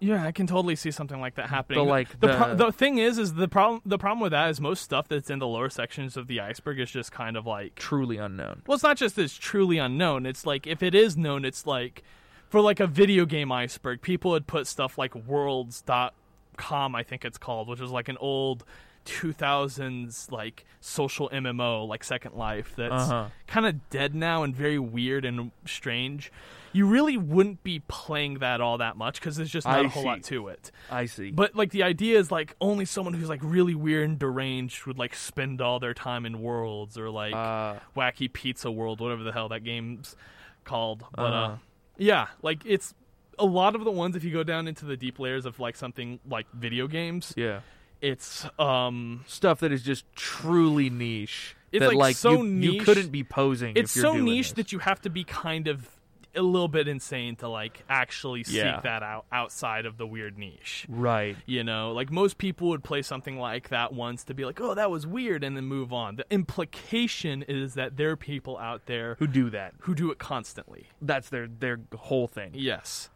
S2: yeah i can totally see something like that happening
S1: But, like,
S2: the, pro-
S1: the-
S2: the thing is is the problem the problem with that is most stuff that's in the lower sections of the iceberg is just kind of like
S1: truly unknown
S2: well it's not just that it's truly unknown it's like if it is known it's like for like a video game iceberg people would put stuff like worlds.com i think it's called which is like an old 2000s like social MMO like Second Life that's
S1: Uh-huh.
S2: kind of dead now and very weird and strange. You really wouldn't be playing that all that much because there's just not
S1: I
S2: a whole
S1: see.
S2: lot to it.
S1: I see.
S2: But like the idea is like only someone who's like really weird and deranged would like spend all their time in worlds or like
S1: Uh,
S2: wacky pizza world, whatever the hell that game's called. But uh,
S1: Uh-huh.
S2: yeah, like it's a lot of the ones if you go down into the deep layers of like something like video games,
S1: yeah.
S2: it's um
S1: Stuff that is just truly niche.
S2: It's,
S1: that,
S2: like,
S1: like,
S2: so
S1: you, you
S2: niche-
S1: couldn't be posing.
S2: it's
S1: if you're
S2: so
S1: doing
S2: niche
S1: this.
S2: that you have to be kind of a little bit insane to like actually
S1: Yeah.
S2: seek that out outside of the weird niche.
S1: Right.
S2: You know, like most people would play something like that once to be like, "Oh, that was weird," and then move on. The implication is that there are people out there
S1: Who do that?
S2: who do it constantly.
S1: That's their their whole thing.
S2: Yes.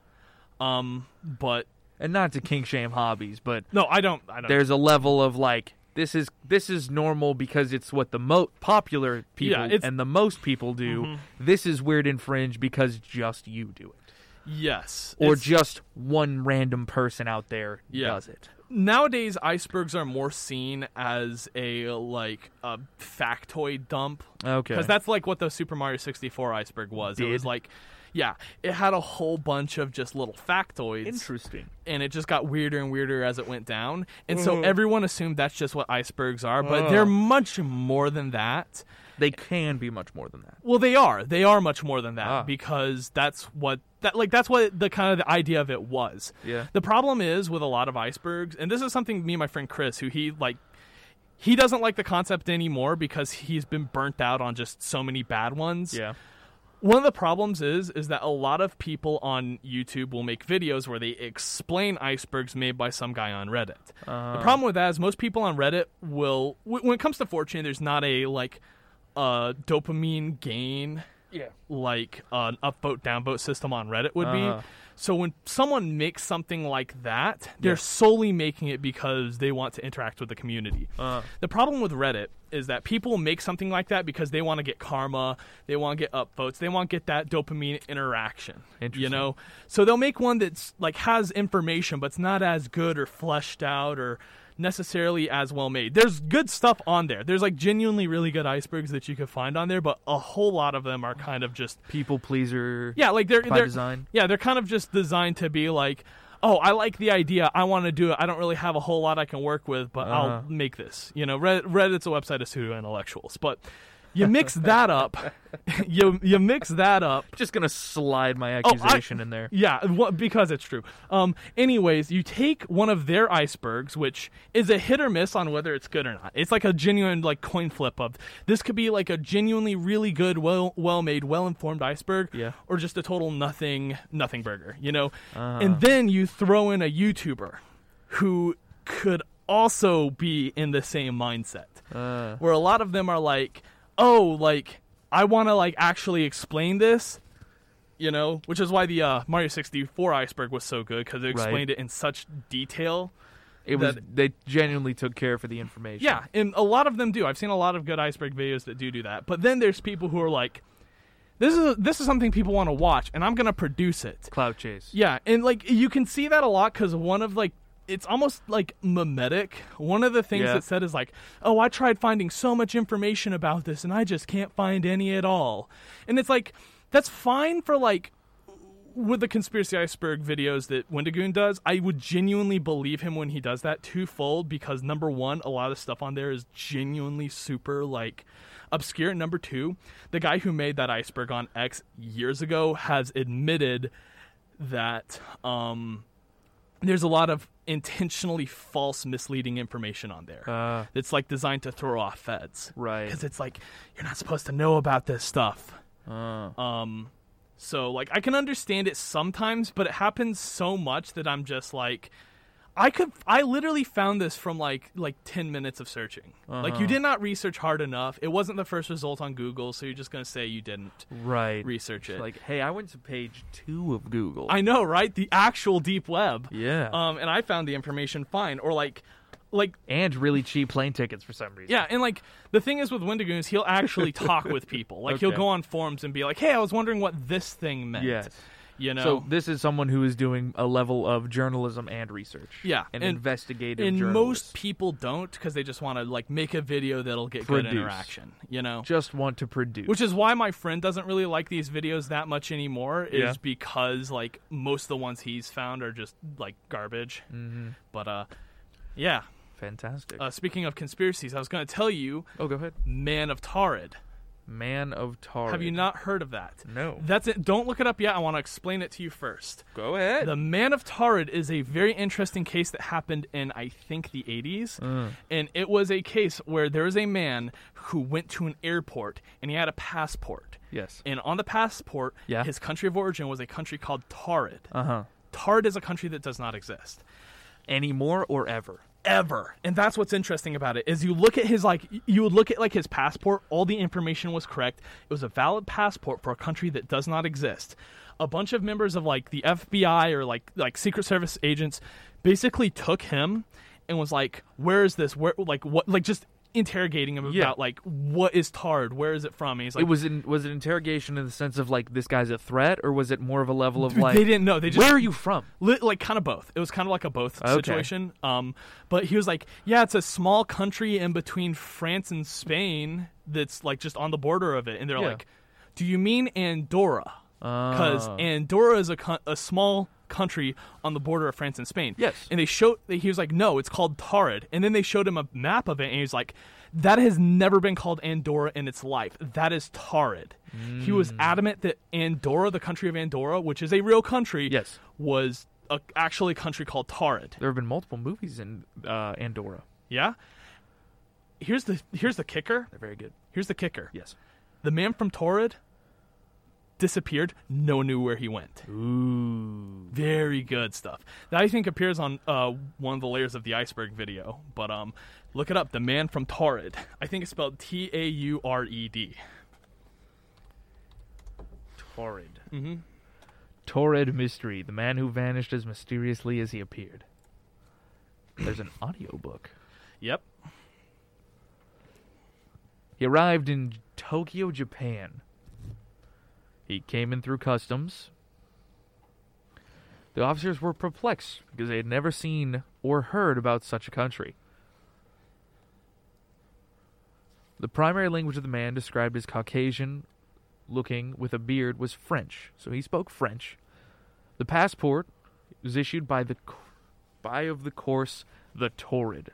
S2: Um, but
S1: And not to kink shame hobbies, but
S2: no, I don't. I don't.
S1: there's a level of like this is this is normal because it's what the most popular people
S2: Yeah, it's- Mm-hmm.
S1: and the most people do. This is weird and fringe because just you do it,
S2: yes.
S1: or
S2: It's-
S1: just one random person out there
S2: Yeah.
S1: does it.
S2: nowadays icebergs are more seen as a like a factoid dump
S1: Okay.
S2: because that's like what the Super Mario 64 iceberg was. It was
S1: Did.
S2: like, yeah, it had a whole bunch of just little factoids.
S1: interesting.
S2: and it just got weirder and weirder as it went down. And
S1: Mm-hmm.
S2: so everyone assumed that's just what icebergs are, but
S1: Oh.
S2: they're much more than that.
S1: They can be much more than that.
S2: Well, they are. They are much more than that
S1: Ah.
S2: because that's what that like that's what the kind of the idea of it was.
S1: Yeah.
S2: The problem is with a lot of icebergs, and this is something me and my friend Chris, who he like he doesn't like the concept anymore because he's been burnt out on just so many bad ones one of the problems is is that a lot of people on YouTube will make videos where they explain icebergs made by some guy on Reddit. the problem with that is most people on Reddit will w- when it comes to 4chan there's not a like uh dopamine gain
S1: Yeah.
S2: like an upvote downvote system on Reddit would
S1: Uh-huh.
S2: be. So when someone makes something like that, they're solely making it because they want to interact with the community.
S1: Uh-huh.
S2: The problem with Reddit is that people make something like that because they want to get karma, they want to get upvotes, they want to get that dopamine interaction. You
S1: Interesting.
S2: know, so they'll make one that's like has information but it's not as good or fleshed out or necessarily as well made. There's good stuff on there. There's like genuinely really good icebergs that you could find on there, but a whole lot of them are kind of just
S1: People pleaser.
S2: yeah, like they're
S1: By
S2: they're
S1: design.
S2: Yeah, they're kind of just designed to be like, oh, I like the idea, I want to do it. I don't really have a whole lot I can work with, but
S1: Uh-huh.
S2: I'll make this. You know, Red, Reddit's a website of pseudo intellectuals, but you mix that up, (laughs) you you mix that up.
S1: Just gonna slide my
S2: Oh, I-
S1: accusation in
S2: (laughs)
S1: there.
S2: Yeah, wha- because it's true. Um, anyways, you take one of their icebergs, which is a hit or miss on whether it's good or not. It's like a genuine like coin flip of this could be like a genuinely really good, well well made, well informed iceberg,
S1: Yeah.
S2: or just a total nothing nothing burger, you know.
S1: Uh-huh.
S2: And then you throw in a YouTuber who could also be in the same mindset
S1: Uh,
S2: where a lot of them are like, oh, like I want to like actually explain this, you know, which is why the uh, Mario 64 iceberg was so good because it explained it in such detail.
S1: it was they genuinely took care for the information.
S2: Yeah, and a lot of them do. I've seen a lot of good iceberg videos that do do that. But then there's people who are like, this is this is something people want to watch, and I'm gonna produce it.
S1: Cloud chase.
S2: Yeah, and like you can see that a lot because one of like it's almost like mimetic. One of the things
S1: Yeah.
S2: that said is like, "Oh, I tried finding so much information about this, and I just can't find any at all." And it's like that's fine for like with the conspiracy iceberg videos that Wendigoon does. I would genuinely believe him when he does that twofold because number one, a lot of stuff on there is genuinely super like obscure. And Number two, the guy who made that iceberg on X years ago has admitted that um, there's a lot of intentionally false, misleading information on there.
S1: Uh,
S2: that's like designed to throw off feds,
S1: right.
S2: Because it's like you're not supposed to know about this stuff.
S1: Uh,
S2: Um, so like I can understand it sometimes, but it happens so much that I'm just like, I could I literally found this from like like ten minutes of searching.
S1: Uh-huh.
S2: Like you did not research hard enough. It wasn't the first result on Google, so you're just gonna say you didn't
S1: right.
S2: research it.
S1: Like, hey, I went to page two of Google.
S2: I know, right? The actual deep web.
S1: yeah.
S2: Um, and I found the information fine, or like, like
S1: and really cheap plane tickets for some reason.
S2: Yeah, and like the thing is with Wendigoon is he'll
S1: (laughs)
S2: actually talk with people. Like he'll
S1: Okay.
S2: go on forums and be like, "Hey, I was wondering what this thing meant."
S1: Yes.
S2: You know,
S1: So this is someone who is doing a level of journalism and research.
S2: Yeah,
S1: an
S2: and-
S1: investigative.
S2: and
S1: journalist.
S2: most people don't because they just want to like make a video that'll get
S1: Produce.
S2: good interaction. You know,
S1: just want to produce.
S2: which is why my friend doesn't really like these videos that much anymore. Is
S1: Yeah.
S2: because like most of the ones he's found are just like garbage.
S1: mm-hmm.
S2: But uh, yeah.
S1: fantastic.
S2: Uh, speaking of conspiracies, I was going to tell you,
S1: oh, go ahead.
S2: Man of Tarid.
S1: Man of Tar.
S2: Have you not heard of that?
S1: No.
S2: That's it. Don't look it up yet. I want to explain it to you first.
S1: Go ahead.
S2: The Man of Tarid is a very interesting case that happened in, I think, the 80s.
S1: Mm.
S2: And it was a case where there was a man who went to an airport and he had a passport.
S1: yes.
S2: And on the passport,
S1: Yeah.
S2: his country of origin was a country called Tarid.
S1: Uh huh.
S2: Tarid is a country that does not exist
S1: Anymore or ever?
S2: ever and that's what's interesting about it is you look at his like you would look at like his passport all the information was correct it was a valid passport for a country that does not exist a bunch of members of like the fbi or like like secret service agents basically took him and was like where is this where like what like just interrogating him
S1: Yeah.
S2: about like what is tard where is it from and he's like
S1: It was in, was it interrogation in the sense of like this guy's a threat, or was it more of a level of like
S2: they didn't know they just
S1: where are you from?
S2: Li- like kind of both. It was kind of like a both
S1: Okay.
S2: situation. Um, but he was like, yeah, it's a small country in between France and Spain that's like just on the border of it, and they're
S1: Yeah.
S2: like, do you mean Andorra? Because
S1: Ah.
S2: Andorra is a co- a small country on the border of France and Spain.
S1: Yes.
S2: And they showed he was like, no, it's called Tarid, and then they showed him a map of it, and he's like. That has never been called Andorra in its life. That is Tarid. He was
S1: Hmm.
S2: adamant that Andorra, the country of Andorra, which is a real country,
S1: Yes.
S2: was a, actually a country called Tarid.
S1: There have been multiple movies in uh, Andorra.
S2: Yeah. Here's the here's the kicker.
S1: They're very good.
S2: Here's the kicker.
S1: Yes.
S2: The man from Tarid disappeared. No one knew where he went.
S1: Ooh.
S2: Very good stuff. That I think appears on uh, one of the layers of the iceberg video. But um, look it up. The man from Tarid. I think it's spelled T A U R E D.
S1: Torrid.
S2: Mhm.
S1: Mm-hmm. Torrid mystery. The man who vanished as mysteriously as he appeared. There's an audiobook.
S2: Yep.
S1: He arrived in Tokyo, Japan. He came in through customs. The officers were perplexed because they had never seen or heard about such a country. The primary language of the man described as Caucasian looking with a beard was French, so he spoke French. The passport was issued by the c- by of the course the Torrid.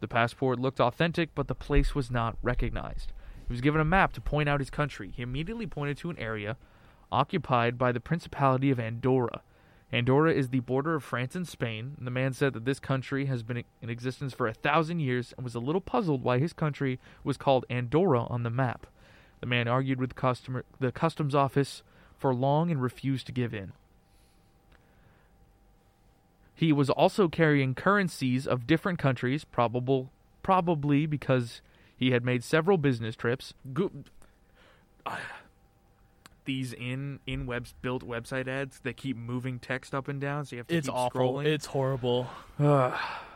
S1: The passport looked authentic, but the place was not recognized. He was given a map to point out his country. He immediately pointed to an area occupied by the Principality of Andorra. Andorra is the border of France and Spain, and the man said that this country has been in existence for a thousand years and was a little puzzled why his country was called Andorra on the map. The man argued with customer, the customs office for long and refused to give in. He was also carrying currencies of different countries, probable, probably because he had made several business trips. Go- Ah. (sighs) these in in webs built website ads they keep moving text up and down, so you have to
S2: It's
S1: keep
S2: awful.
S1: scrolling.
S2: It's horrible.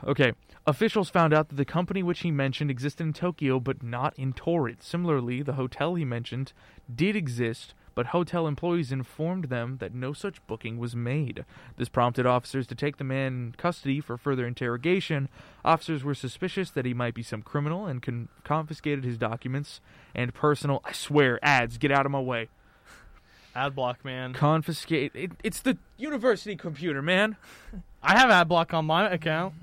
S1: Okay. Officials found out that the company which he mentioned existed in Tokyo but not in Torrid. Similarly, the hotel he mentioned did exist, but hotel employees informed them that no such booking was made. This prompted officers to take the man in custody for further interrogation. Officers were suspicious that he might be some criminal and con- confiscated his documents and personal. I swear, ads, get out of my way.
S2: Ad block, man.
S1: Confiscate. It, it's the university computer, man.
S2: I have ad block on my account.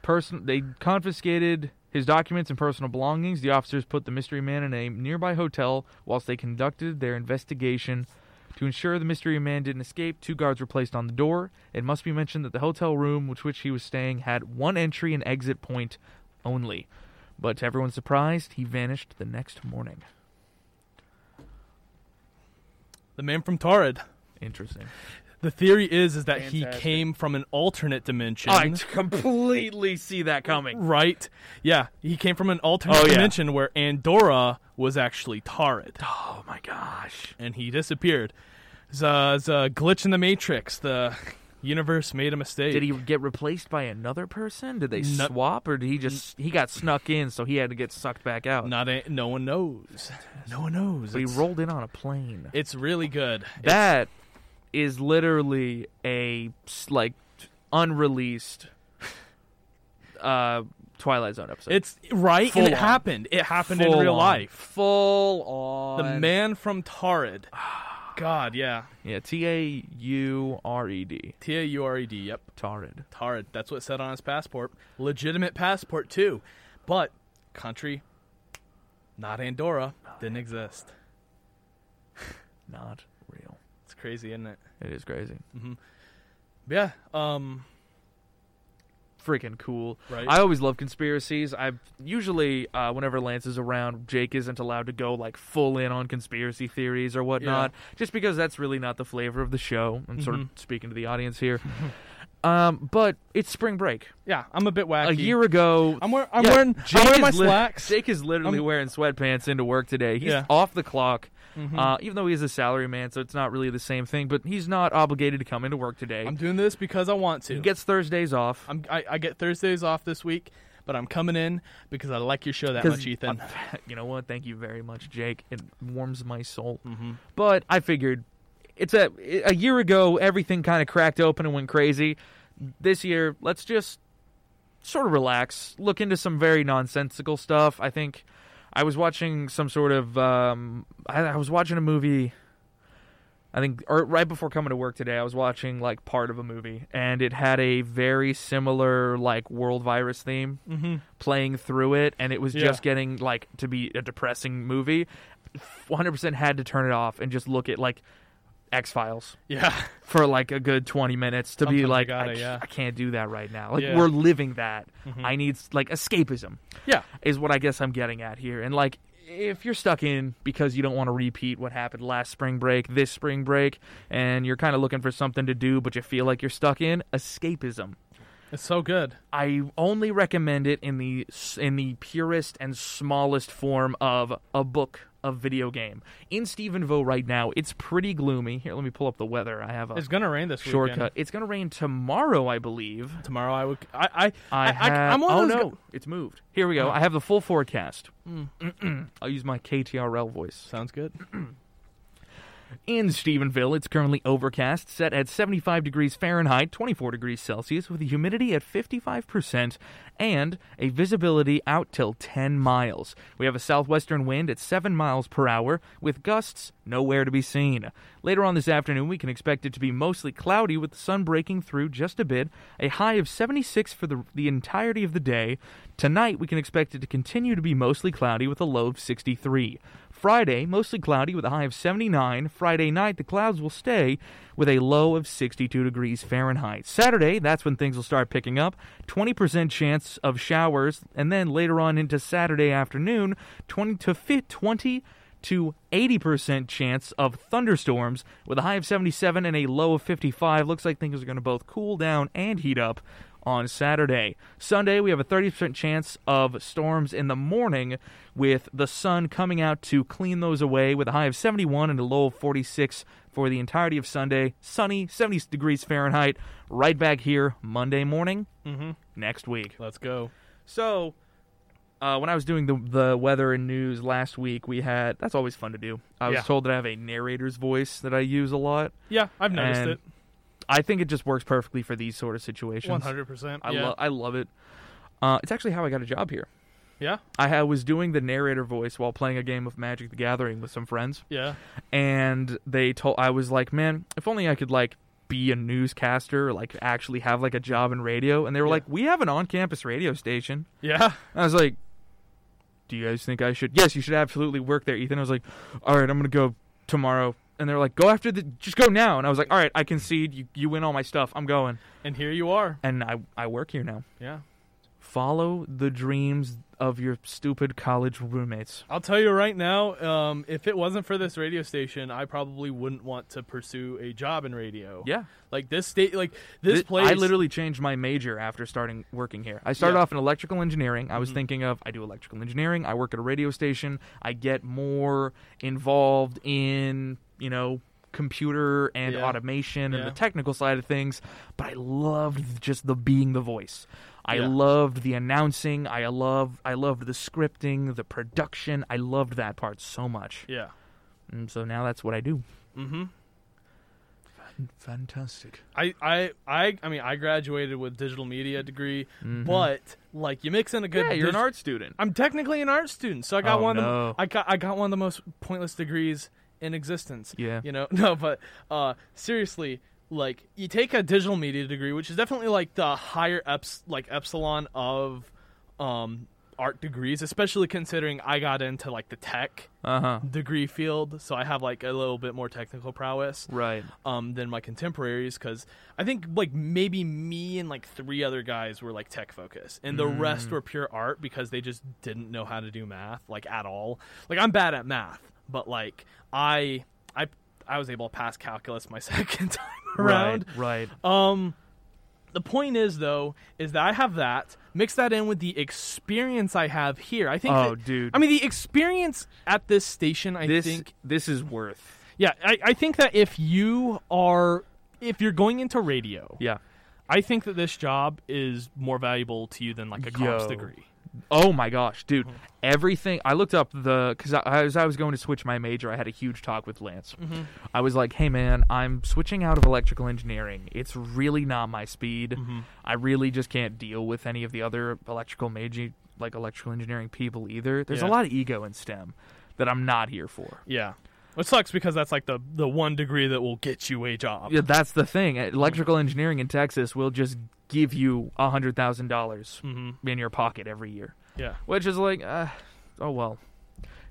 S1: person they confiscated his documents and personal belongings. The officers put the mystery man in a nearby hotel whilst they conducted their investigation. To ensure the mystery man didn't escape, two guards were placed on the door. It must be mentioned that the hotel room which which he was staying had one entry and exit point only. But to everyone's surprise, he vanished the next morning.
S2: The man from Tarid.
S1: Interesting.
S2: The theory is is that he
S1: Fantastic.
S2: came from an alternate dimension.
S1: I completely see that coming.
S2: Right? Yeah, he came from an alternate
S1: Oh, yeah.
S2: dimension where Andorra was actually Tarid,
S1: Oh my gosh.
S2: and he disappeared. It's a, it's a glitch in the matrix. The universe made a mistake.
S1: Did he get replaced by another person? Did they
S2: No-
S1: swap, or did he just he got snuck in, so he had to get sucked back out?
S2: Not a, no one knows. No one knows.
S1: but he
S2: It's-
S1: rolled in on a plane.
S2: It's really good.
S1: that is literally a s- like unreleased uh Twilight Zone episode.
S2: It's right,
S1: Full
S2: and it
S1: on.
S2: happened. It happened in
S1: Full
S2: real
S1: on.
S2: life.
S1: Full on.
S2: The man from Tarid. God, yeah.
S1: Yeah, T A U R E D.
S2: T A U R E D. Yep,
S1: Tarid.
S2: Tarid. That's what it said on his passport. Legitimate passport too, but country, not Andorra, didn't exist.
S1: Not real.
S2: It's crazy, isn't it?
S1: It is crazy.
S2: But yeah. Um.
S1: Freaking cool.
S2: Right.
S1: I always love conspiracies. I usually, uh, whenever Lance is around, Jake isn't allowed to go like full in on conspiracy theories or whatnot, just because that's really not the flavor of the show. I'm sort
S2: Mm-hmm.
S1: of speaking to the audience here. (laughs) um, but it's spring break.
S2: Yeah, I'm a bit wacky.
S1: A year ago,
S2: I'm, wear- I'm
S1: Yeah,
S2: wearing.
S1: Jake
S2: I'm wearing my
S1: is lit-
S2: slacks.
S1: Jake is literally
S2: I'm-
S1: wearing sweatpants into work today. He's
S2: Yeah. Mm-hmm.
S1: off the clock, uh, even though he is a salary man, so it's not really the same thing. But he's not obligated to come into work today.
S2: I'm doing this because I want to.
S1: he gets Thursdays off.
S2: I'm, I, I get Thursdays off this week, but I'm coming in because I like your show that
S1: 'Cause
S2: much, Ethan.
S1: I'm- you know what? Thank you very much, Jake. It warms my soul.
S2: Mm-hmm.
S1: But I figured it's a a year ago everything kind of cracked open and went crazy. This year, let's just sort of relax, look into some very nonsensical stuff. I think I was watching some sort of um, I, I was watching a movie. I think or right before coming to work today, I was watching like part of a movie, and it had a very similar like world virus theme playing through it, and it was
S2: Yeah.
S1: just getting like to be a depressing movie. 100% had to turn it off and just look at like X Files
S2: yeah. (laughs)
S1: for like a good 20 minutes to
S2: Sometimes
S1: be
S2: you
S1: like,
S2: gotta,
S1: I, c-
S2: yeah.
S1: I can't do that right now. Like,
S2: Yeah. Mm-hmm.
S1: we're living that. I need like escapism
S2: Yeah.
S1: is what I guess I'm getting at here. And like, if you're stuck in because you don't want to repeat what happened last spring break, this spring break, and you're kind of looking for something to do, but you feel like you're stuck in escapism.
S2: It's so good.
S1: I only recommend it in the in the purest and smallest form of a book, a video game. In Stephenville right now, it's pretty gloomy. Here, let me pull up the weather. I have a
S2: It's gonna rain this
S1: shortcut.
S2: weekend.
S1: It's gonna rain tomorrow, I believe.
S2: Tomorrow I would. I. I.
S1: I, have,
S2: am one
S1: oh
S2: of those
S1: no,
S2: gu-
S1: it's moved. Here we go. I have the full forecast. (clears throat) I'll use my KTRL voice.
S2: Sounds good.
S1: In Stephenville, it's currently overcast, set at 75 degrees Fahrenheit, 24 degrees Celsius, with a humidity at 55% and a visibility out till 10 miles. We have a southwestern wind at 7 miles per hour, with gusts nowhere to be seen. Later on this afternoon, we can expect it to be mostly cloudy, with the sun breaking through just a bit, a high of 76 for the, the entirety of the day. Tonight, we can expect it to continue to be mostly cloudy, with a low of 63. Friday, mostly cloudy with a high of 79. Friday night, the clouds will stay with a low of 62 degrees Fahrenheit. Saturday, that's when things will start picking up. 20% chance of showers, and then later on into Saturday afternoon, 20 to fit 20 to 80% chance of thunderstorms with a high of 77 and a low of 55. Looks like things are going to both cool down and heat up on Saturday. Sunday, we have a 30% chance of storms in the morning with the sun coming out to clean those away with a high of 71 and a low of 46 for the entirety of Sunday. Sunny, 70 degrees Fahrenheit, right back here Monday morning next week.
S2: Let's go.
S1: So, uh, when I was doing the the weather and news last week, we had that's always fun to do. I was
S2: Yeah.
S1: told that I have a narrator's voice that I use a lot.
S2: Yeah, I've noticed
S1: And
S2: it.
S1: I think it just works perfectly for these sort of situations.
S2: One hundred percent.
S1: I
S2: Yeah.
S1: love I love it. Uh, it's actually how I got a job here.
S2: yeah.
S1: I ha- was doing the narrator voice while playing a game of Magic the Gathering with some friends,
S2: Yeah.
S1: and they told I was like, "Man, if only I could like be a newscaster, or, like actually have like a job in radio." And they were
S2: Yeah.
S1: like, "We have an on-campus radio station."
S2: Yeah.
S1: I was like, "Do you guys think I should?" Yes, you should absolutely work there, Ethan. I was like, "All right, I'm gonna go tomorrow." And they were like, "Go after the, just go now." And I was like, "All right, I concede. You you win all my stuff. I'm going."
S2: And here you are.
S1: And I I work here now.
S2: Yeah.
S1: Follow the dreams of your stupid college roommates.
S2: I'll tell you right now, um, if it wasn't for this radio station, I probably wouldn't want to pursue a job in radio.
S1: Yeah,
S2: Like this state, like this
S1: Thi-
S2: place.
S1: I literally changed my major after starting working here. I started
S2: Yeah. Mm-hmm.
S1: off in electrical engineering. I was thinking of I do electrical engineering. I work at a radio station. I get more involved in you know computer and
S2: Yeah.
S1: automation and
S2: Yeah.
S1: the technical side of things. But I loved just the being the voice. I
S2: Yeah.
S1: loved the announcing. I loved I loved the scripting, the production. I loved that part so much.
S2: Yeah.
S1: And so now that's what I do.
S2: Mm-hmm.
S1: Fantastic.
S2: I, I, I, I mean, I graduated with digital media degree, but like you mix in a good.
S1: Mm-hmm. Yeah, you're an
S2: dig-
S1: art student.
S2: I'm technically an art student, so I got
S1: Oh,
S2: one.
S1: no.
S2: Of the, I got I got one of the most pointless degrees in existence.
S1: Yeah.
S2: You know, (laughs) no, but uh, seriously, like you take a digital media degree, which is definitely like the higher eps like epsilon of um art degrees, especially considering I got into like the tech
S1: Uh huh.
S2: degree field, so I have like a little bit more technical prowess
S1: Right.
S2: um, than my contemporaries because I think like maybe me and like three other guys were like tech focused, and the
S1: Mm.
S2: rest were pure art because they just didn't know how to do math like at all. Like I'm bad at math, but like I I I was able to pass calculus my (laughs) second time around.
S1: Right. right.
S2: Um, the point is though is that I have that mix that in with the experience I have here. I think.
S1: Oh,
S2: that-
S1: dude.
S2: I mean the experience at this station. I
S1: this
S2: think
S1: this is worth.
S2: yeah, I, I think that if you are if you're going into radio,
S1: Yeah.
S2: I think that this job is more valuable to you than like a comps
S1: Yo.
S2: degree.
S1: Oh my gosh, dude!
S2: Mm-hmm.
S1: Everything I looked up the because I, as I was going to switch my major, I had a huge talk with Lance.
S2: Mm-hmm.
S1: I was like, "Hey man, I'm switching out of electrical engineering. It's really not my speed.
S2: Mm-hmm.
S1: I really just can't deal with any of the other electrical major, like electrical engineering people either. There's
S2: Yeah.
S1: a lot of ego in STEM that I'm not here for.
S2: Yeah. Which sucks because that's like the the one degree that will get you a job.
S1: Yeah, that's the thing. Electrical engineering in Texas will just give you a hundred thousand dollars
S2: Mhm.
S1: in your pocket every year.
S2: Yeah.
S1: which is like, uh, oh well,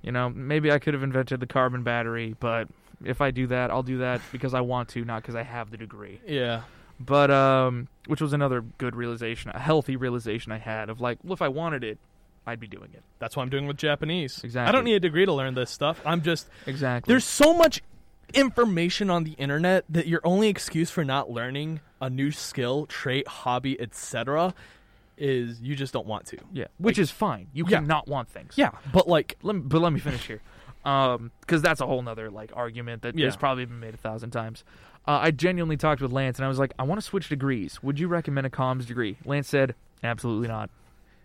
S1: you know, maybe I could have invented the carbon battery, but if I do that, I'll do that because I want to, not because I have the degree.
S2: Yeah.
S1: But um, which was another good realization, a healthy realization I had of like, well, if I wanted it, I'd be doing it.
S2: That's what I'm doing with Japanese. I
S1: Exactly.
S2: don't need a degree to learn this stuff. I'm just
S1: Exactly.
S2: there's so much information on the internet that your only excuse for not learning a new skill, trait, hobby, etc. is you just don't want to.
S1: yeah, which is fine. You
S2: Yeah.
S1: cannot want things.
S2: Yeah, but like
S1: Let me, but let me finish here, um, because that's a whole nother like argument that
S2: Yeah.
S1: has probably been made a thousand times. Uh, I genuinely talked with Lance and I was like, I want to switch degrees. Would you recommend a comms degree? Lance said, absolutely not.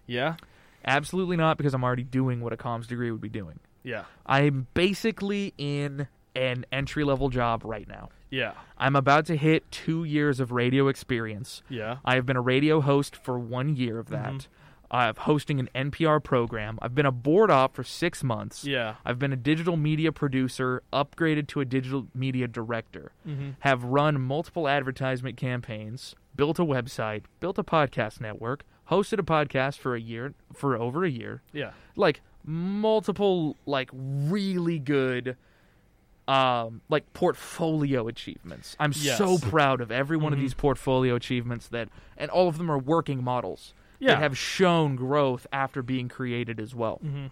S2: yeah.
S1: Absolutely not, because I'm already doing what a comms degree would be doing.
S2: Yeah.
S1: I'm basically in an entry level job right now.
S2: Yeah.
S1: I'm about to hit two years of radio experience.
S2: Yeah.
S1: I have been a radio host for one year of that.
S2: Mm-hmm.
S1: I'm hosting an NPR program. I've been a board op for six months.
S2: Yeah.
S1: I've been a digital media producer, upgraded to a digital media director, have run multiple advertisement campaigns, built a website, built a podcast network, hosted a podcast for a year, for over a year,
S2: Yeah.
S1: like multiple like really good um like portfolio achievements. I'm so
S2: Yes. Mm-hmm.
S1: proud of every one of these portfolio achievements that and all of them are working models
S2: Yeah.
S1: that have shown growth after being created as well.
S2: Mm-hmm.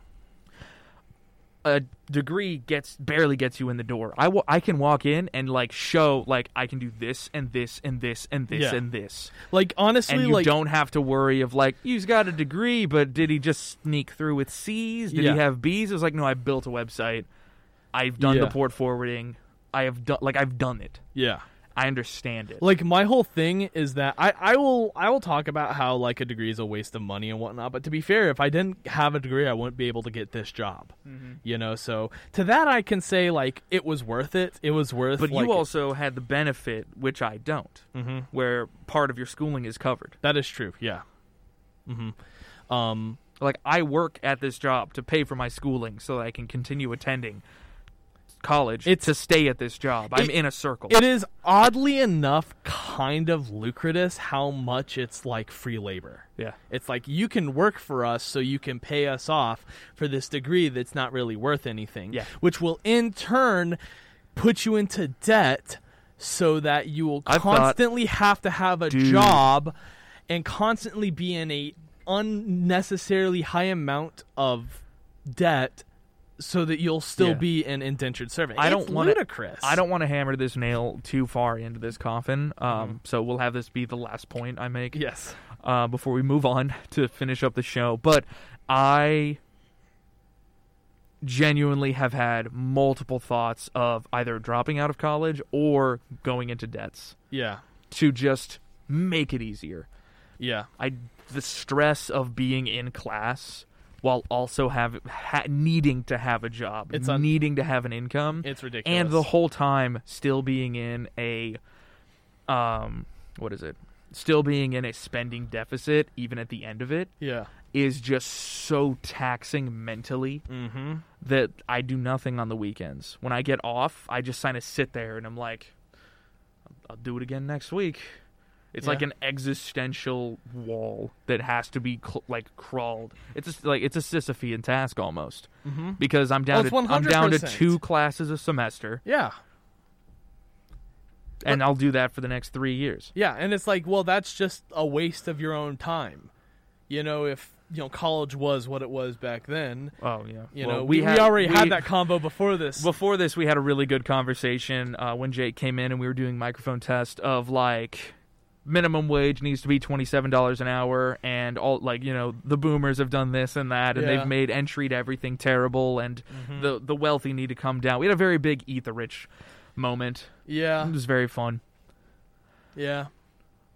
S1: A degree gets barely gets you in the door. I wa- I can walk in and like show like I can do this and this and this and this
S2: Yeah.
S1: and this
S2: Like honestly,
S1: and you
S2: like
S1: don't have to worry of like he's got a degree, but did he just sneak through with C's? Did
S2: Yeah.
S1: he have B's? It was like no, I built a website. I've done the
S2: Yeah.
S1: port forwarding. I have done like I've done it.
S2: yeah.
S1: I understand it.
S2: Like my whole thing is that I I will I will talk about how like a degree is a waste of money and whatnot. But to be fair, if I didn't have a degree, I wouldn't be able to get this job.
S1: Mm-hmm.
S2: You know, so to that I can say like it was worth it. It Mm-hmm. was worth.
S1: but
S2: like,
S1: you also had the benefit, which I don't, where part of your schooling is covered.
S2: that is true. Yeah. Hmm. Um.
S1: Like I work at this job to pay for my schooling so that I can continue attending college
S2: It's-
S1: to stay at this job. I'm
S2: it-
S1: in a circle.
S2: It is oddly enough kind of lucrative how much it's like free labor.
S1: yeah.
S2: It's like you can work for us so you can pay us off for this degree that's not really worth anything.
S1: Yeah.
S2: Which will in turn put you into debt so that you will
S1: I've thought-
S2: constantly have to have a
S1: Dude.
S2: job and constantly be in a unnecessarily high amount of debt so that you'll still
S1: Yeah.
S2: be an indentured servant.
S1: I
S2: It's
S1: don't want
S2: ludicrous.
S1: I don't want to hammer this nail too far into this coffin. Um,
S2: Mm-hmm.
S1: So we'll have this be the last point I make
S2: Yes.
S1: uh, before we move on (laughs) to finish up the show. But I genuinely have had multiple thoughts of either dropping out of college or going into debts
S2: Yeah.
S1: to just make it easier.
S2: Yeah.
S1: I the stress of being in class while also have ha- needing to have a job,
S2: It's un-
S1: needing to have an income
S2: It's ridiculous.
S1: and the whole time still being in a um, what is it? Still being in a spending deficit, even at the end of it,
S2: Yeah.
S1: is just so taxing mentally
S2: Mm-hmm.
S1: that I do nothing on the weekends. When I get off, I just kind of sit there and I'm like, I'll do it again next week. It's like
S2: Yeah.
S1: an existential wall that has to be cl- like crawled. It's just like it's a Sisyphean task almost
S2: Mm-hmm.
S1: because I'm down
S2: it's
S1: to I'm down to
S2: 100%.
S1: two classes a semester,
S2: Yeah.
S1: and I'll do that for the next three years.
S2: Yeah, and it's like, well, that's just a waste of your own time. You know, if you know college was what it was back then,
S1: Oh yeah,
S2: you
S1: Well,
S2: know, we, we,
S1: had-
S2: already
S1: we-
S2: had that combo before this.
S1: Before this, we had a really good conversation uh, when Jake came in and we were doing microphone test of like minimum wage needs to be twenty seven dollars an hour, and all like you know the boomers have done this and that, and
S2: Yeah. Mm-hmm.
S1: they've made entry to everything terrible, and the the wealthy need to come down. We had a very big eat the rich moment. It
S2: yeah,
S1: was very fun.
S2: yeah.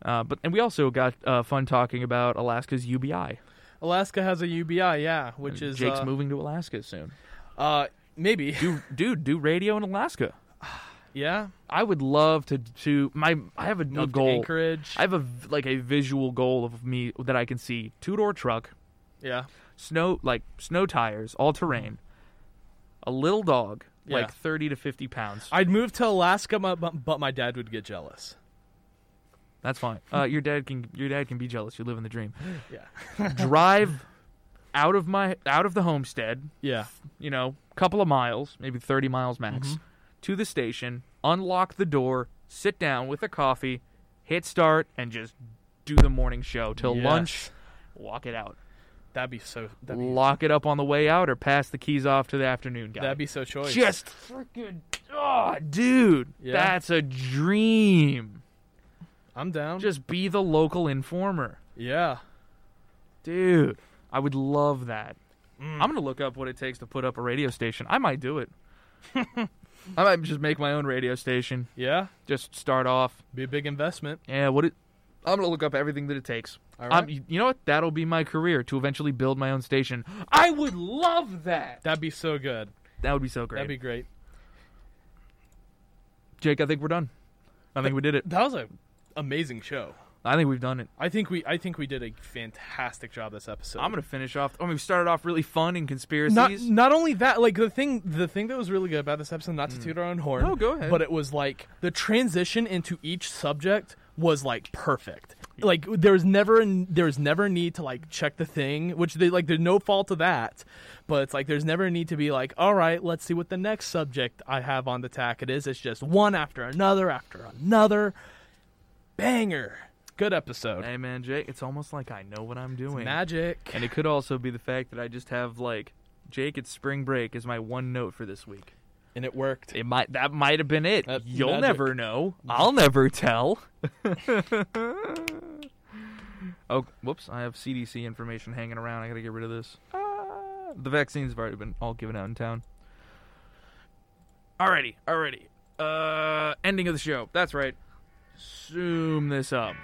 S1: Uh, but and we also got uh, fun talking about Alaska's UBI.
S2: Alaska has a UBI, yeah, which
S1: And
S2: is
S1: Jake's
S2: uh,
S1: moving to Alaska soon.
S2: uh maybe. (laughs)
S1: Do dude, do radio in Alaska.
S2: Yeah.
S1: I would love to to my I have a, a
S2: Moved to
S1: goal.
S2: Anchorage.
S1: I have a v- like a visual goal of me that I can see two door truck,
S2: yeah.
S1: snow like snow tires, all terrain, a little dog,
S2: Yeah.
S1: like thirty to fifty pounds.
S2: I'd move to Alaska, my- but but my dad would get jealous.
S1: That's fine. Uh, your dad can your dad can be jealous. You live in the dream.
S2: Yeah. (laughs)
S1: Drive out of my out of the homestead,
S2: Yeah.
S1: you know, couple of miles, maybe thirty miles max,
S2: Mm-hmm.
S1: to the station. Unlock the door, sit down with a coffee, hit start, and just do the morning show till
S2: Yes.
S1: lunch. Walk it out.
S2: That'd be so. That'd be,
S1: lock it up on the way out or pass the keys off to the afternoon guy.
S2: that'd be so choice.
S1: just freaking oh, dude,
S2: Yeah.
S1: that's a dream.
S2: I'm down.
S1: Just be the local informer,
S2: yeah.
S1: dude. I would love that.
S2: Mm.
S1: I'm gonna look up what it takes to put up a radio station. I might
S2: (laughs)
S1: do it. I might just make my own radio station.
S2: Yeah.
S1: Just start off.
S2: Be a big investment.
S1: Yeah, what it. I'm gonna look up everything that it takes.
S2: All
S1: I'm-
S2: right.
S1: you know what? That'll be my career to eventually build my own station. I would love that.
S2: That'd be so good.
S1: That would be so great.
S2: That'd be great.
S1: Jake, I think we're done. I think we did it.
S2: That was a amazing show.
S1: I think we've done it.
S2: I think we I think we did a fantastic job this episode.
S1: I'm gonna finish off. I mean, we started off really fun in conspiracies.
S2: not not only that, like the thing the thing that was really good about this episode, not to toot our own horn.
S1: Mm. No, go ahead.
S2: But it was like the transition into each subject was like perfect. Like there was never a, there was never a need to like check the thing, which they like there's no fault to that. But it's like there's never a need to be like, all right, let's see what the next subject I have on the tack it is. It's just one after another after another. Banger. Good episode.
S1: hey man, Jake, it's almost like I know what I'm doing.
S2: Magic.
S1: and it could also be the fact that I just have like Jake. It's spring break is my one note for this week.
S2: And it worked.
S1: It might that might have been it.
S2: That's
S1: You'll
S2: magic.
S1: never know. I'll never tell. (laughs) oh, whoops! I have CDC information hanging around. I gotta get rid of this. Ah, the vaccines have already been all given out in town. Alrighty, alrighty. Uh, ending of the show. That's right. Zoom this up.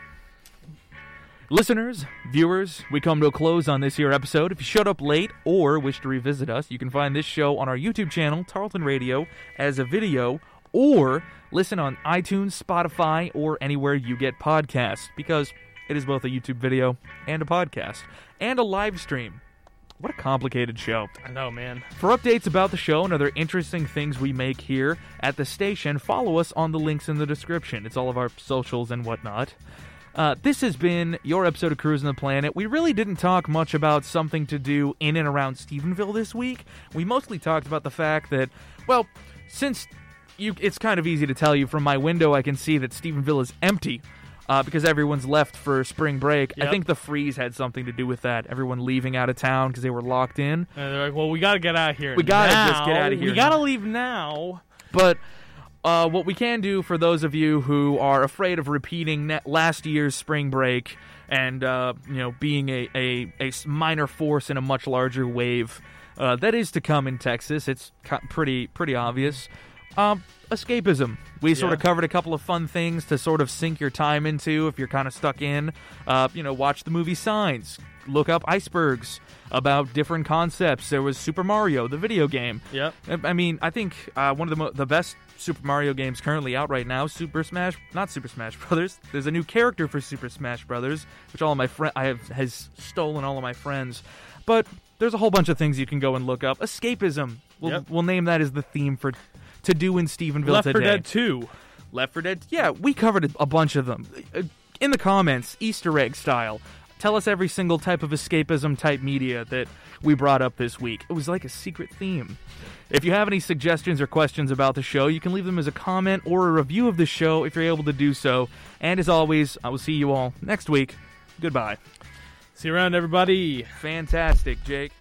S1: Listeners, viewers, we come to a close on this here episode. If you showed up late or wish to revisit us, you can find this show on our YouTube channel, Tarleton Radio, as a video, or listen on iTunes, Spotify, or anywhere you get podcasts, because it is both a YouTube video and a podcast, and a live stream. What a complicated show.
S2: I know, man.
S1: For updates about the show and other interesting things we make here at the station, follow us on the links in the description. It's all of our socials and whatnot. Uh, this has been your episode of Cruising the Planet. We really didn't talk much about something to do in and around Stephenville this week. We mostly talked about the fact that, well, since you, it's kind of easy to tell you from my window, I can see that Stephenville is empty uh, because everyone's left for spring break. I
S2: Yep.
S1: think the freeze had something to do with that. Everyone leaving out of town because they were locked in.
S2: And they're like, "Well, we gotta get out of here.
S1: We gotta
S2: now.
S1: just get outta here
S2: We gotta leave now."
S1: But uh, what we can do for those of you who are afraid of repeating ne- last year's spring break and uh, you know being a, a, a s- minor force in a much larger wave uh, that is to come in Texas, it's co- pretty pretty obvious. Um, escapism. We sort of
S2: Yeah.
S1: covered a couple of fun things to sort of sink your time into if you're kind of stuck in. Uh, you know, watch the movie Signs. Look up icebergs about different concepts. There was Super Mario, the video game.
S2: Yep.
S1: I I mean, I think uh, one of the mo- the best Super Mario games currently out right now, Super Smash, not Super Smash (laughs) Brothers. There's a new character for Super Smash Brothers, which all of my friend I have has stolen all of my friends. But there's a whole bunch of things you can go and look up. Escapism. We'll,
S2: Yep.
S1: we'll name that as the theme for to do in Stevenville
S2: Left
S1: today.
S2: 4 Dead 2.
S1: Left 4 Dead. Yeah, we covered a- a bunch of them. Uh, In the comments, Easter egg style. Tell us every single type of escapism type media that we brought up this week. It was like a secret theme. If you have any suggestions or questions about the show, you can leave them as a comment or a review of the show if you're able to do so. And as always, I will see you all next week. Goodbye.
S2: See you around, everybody.
S1: Fantastic, Jake.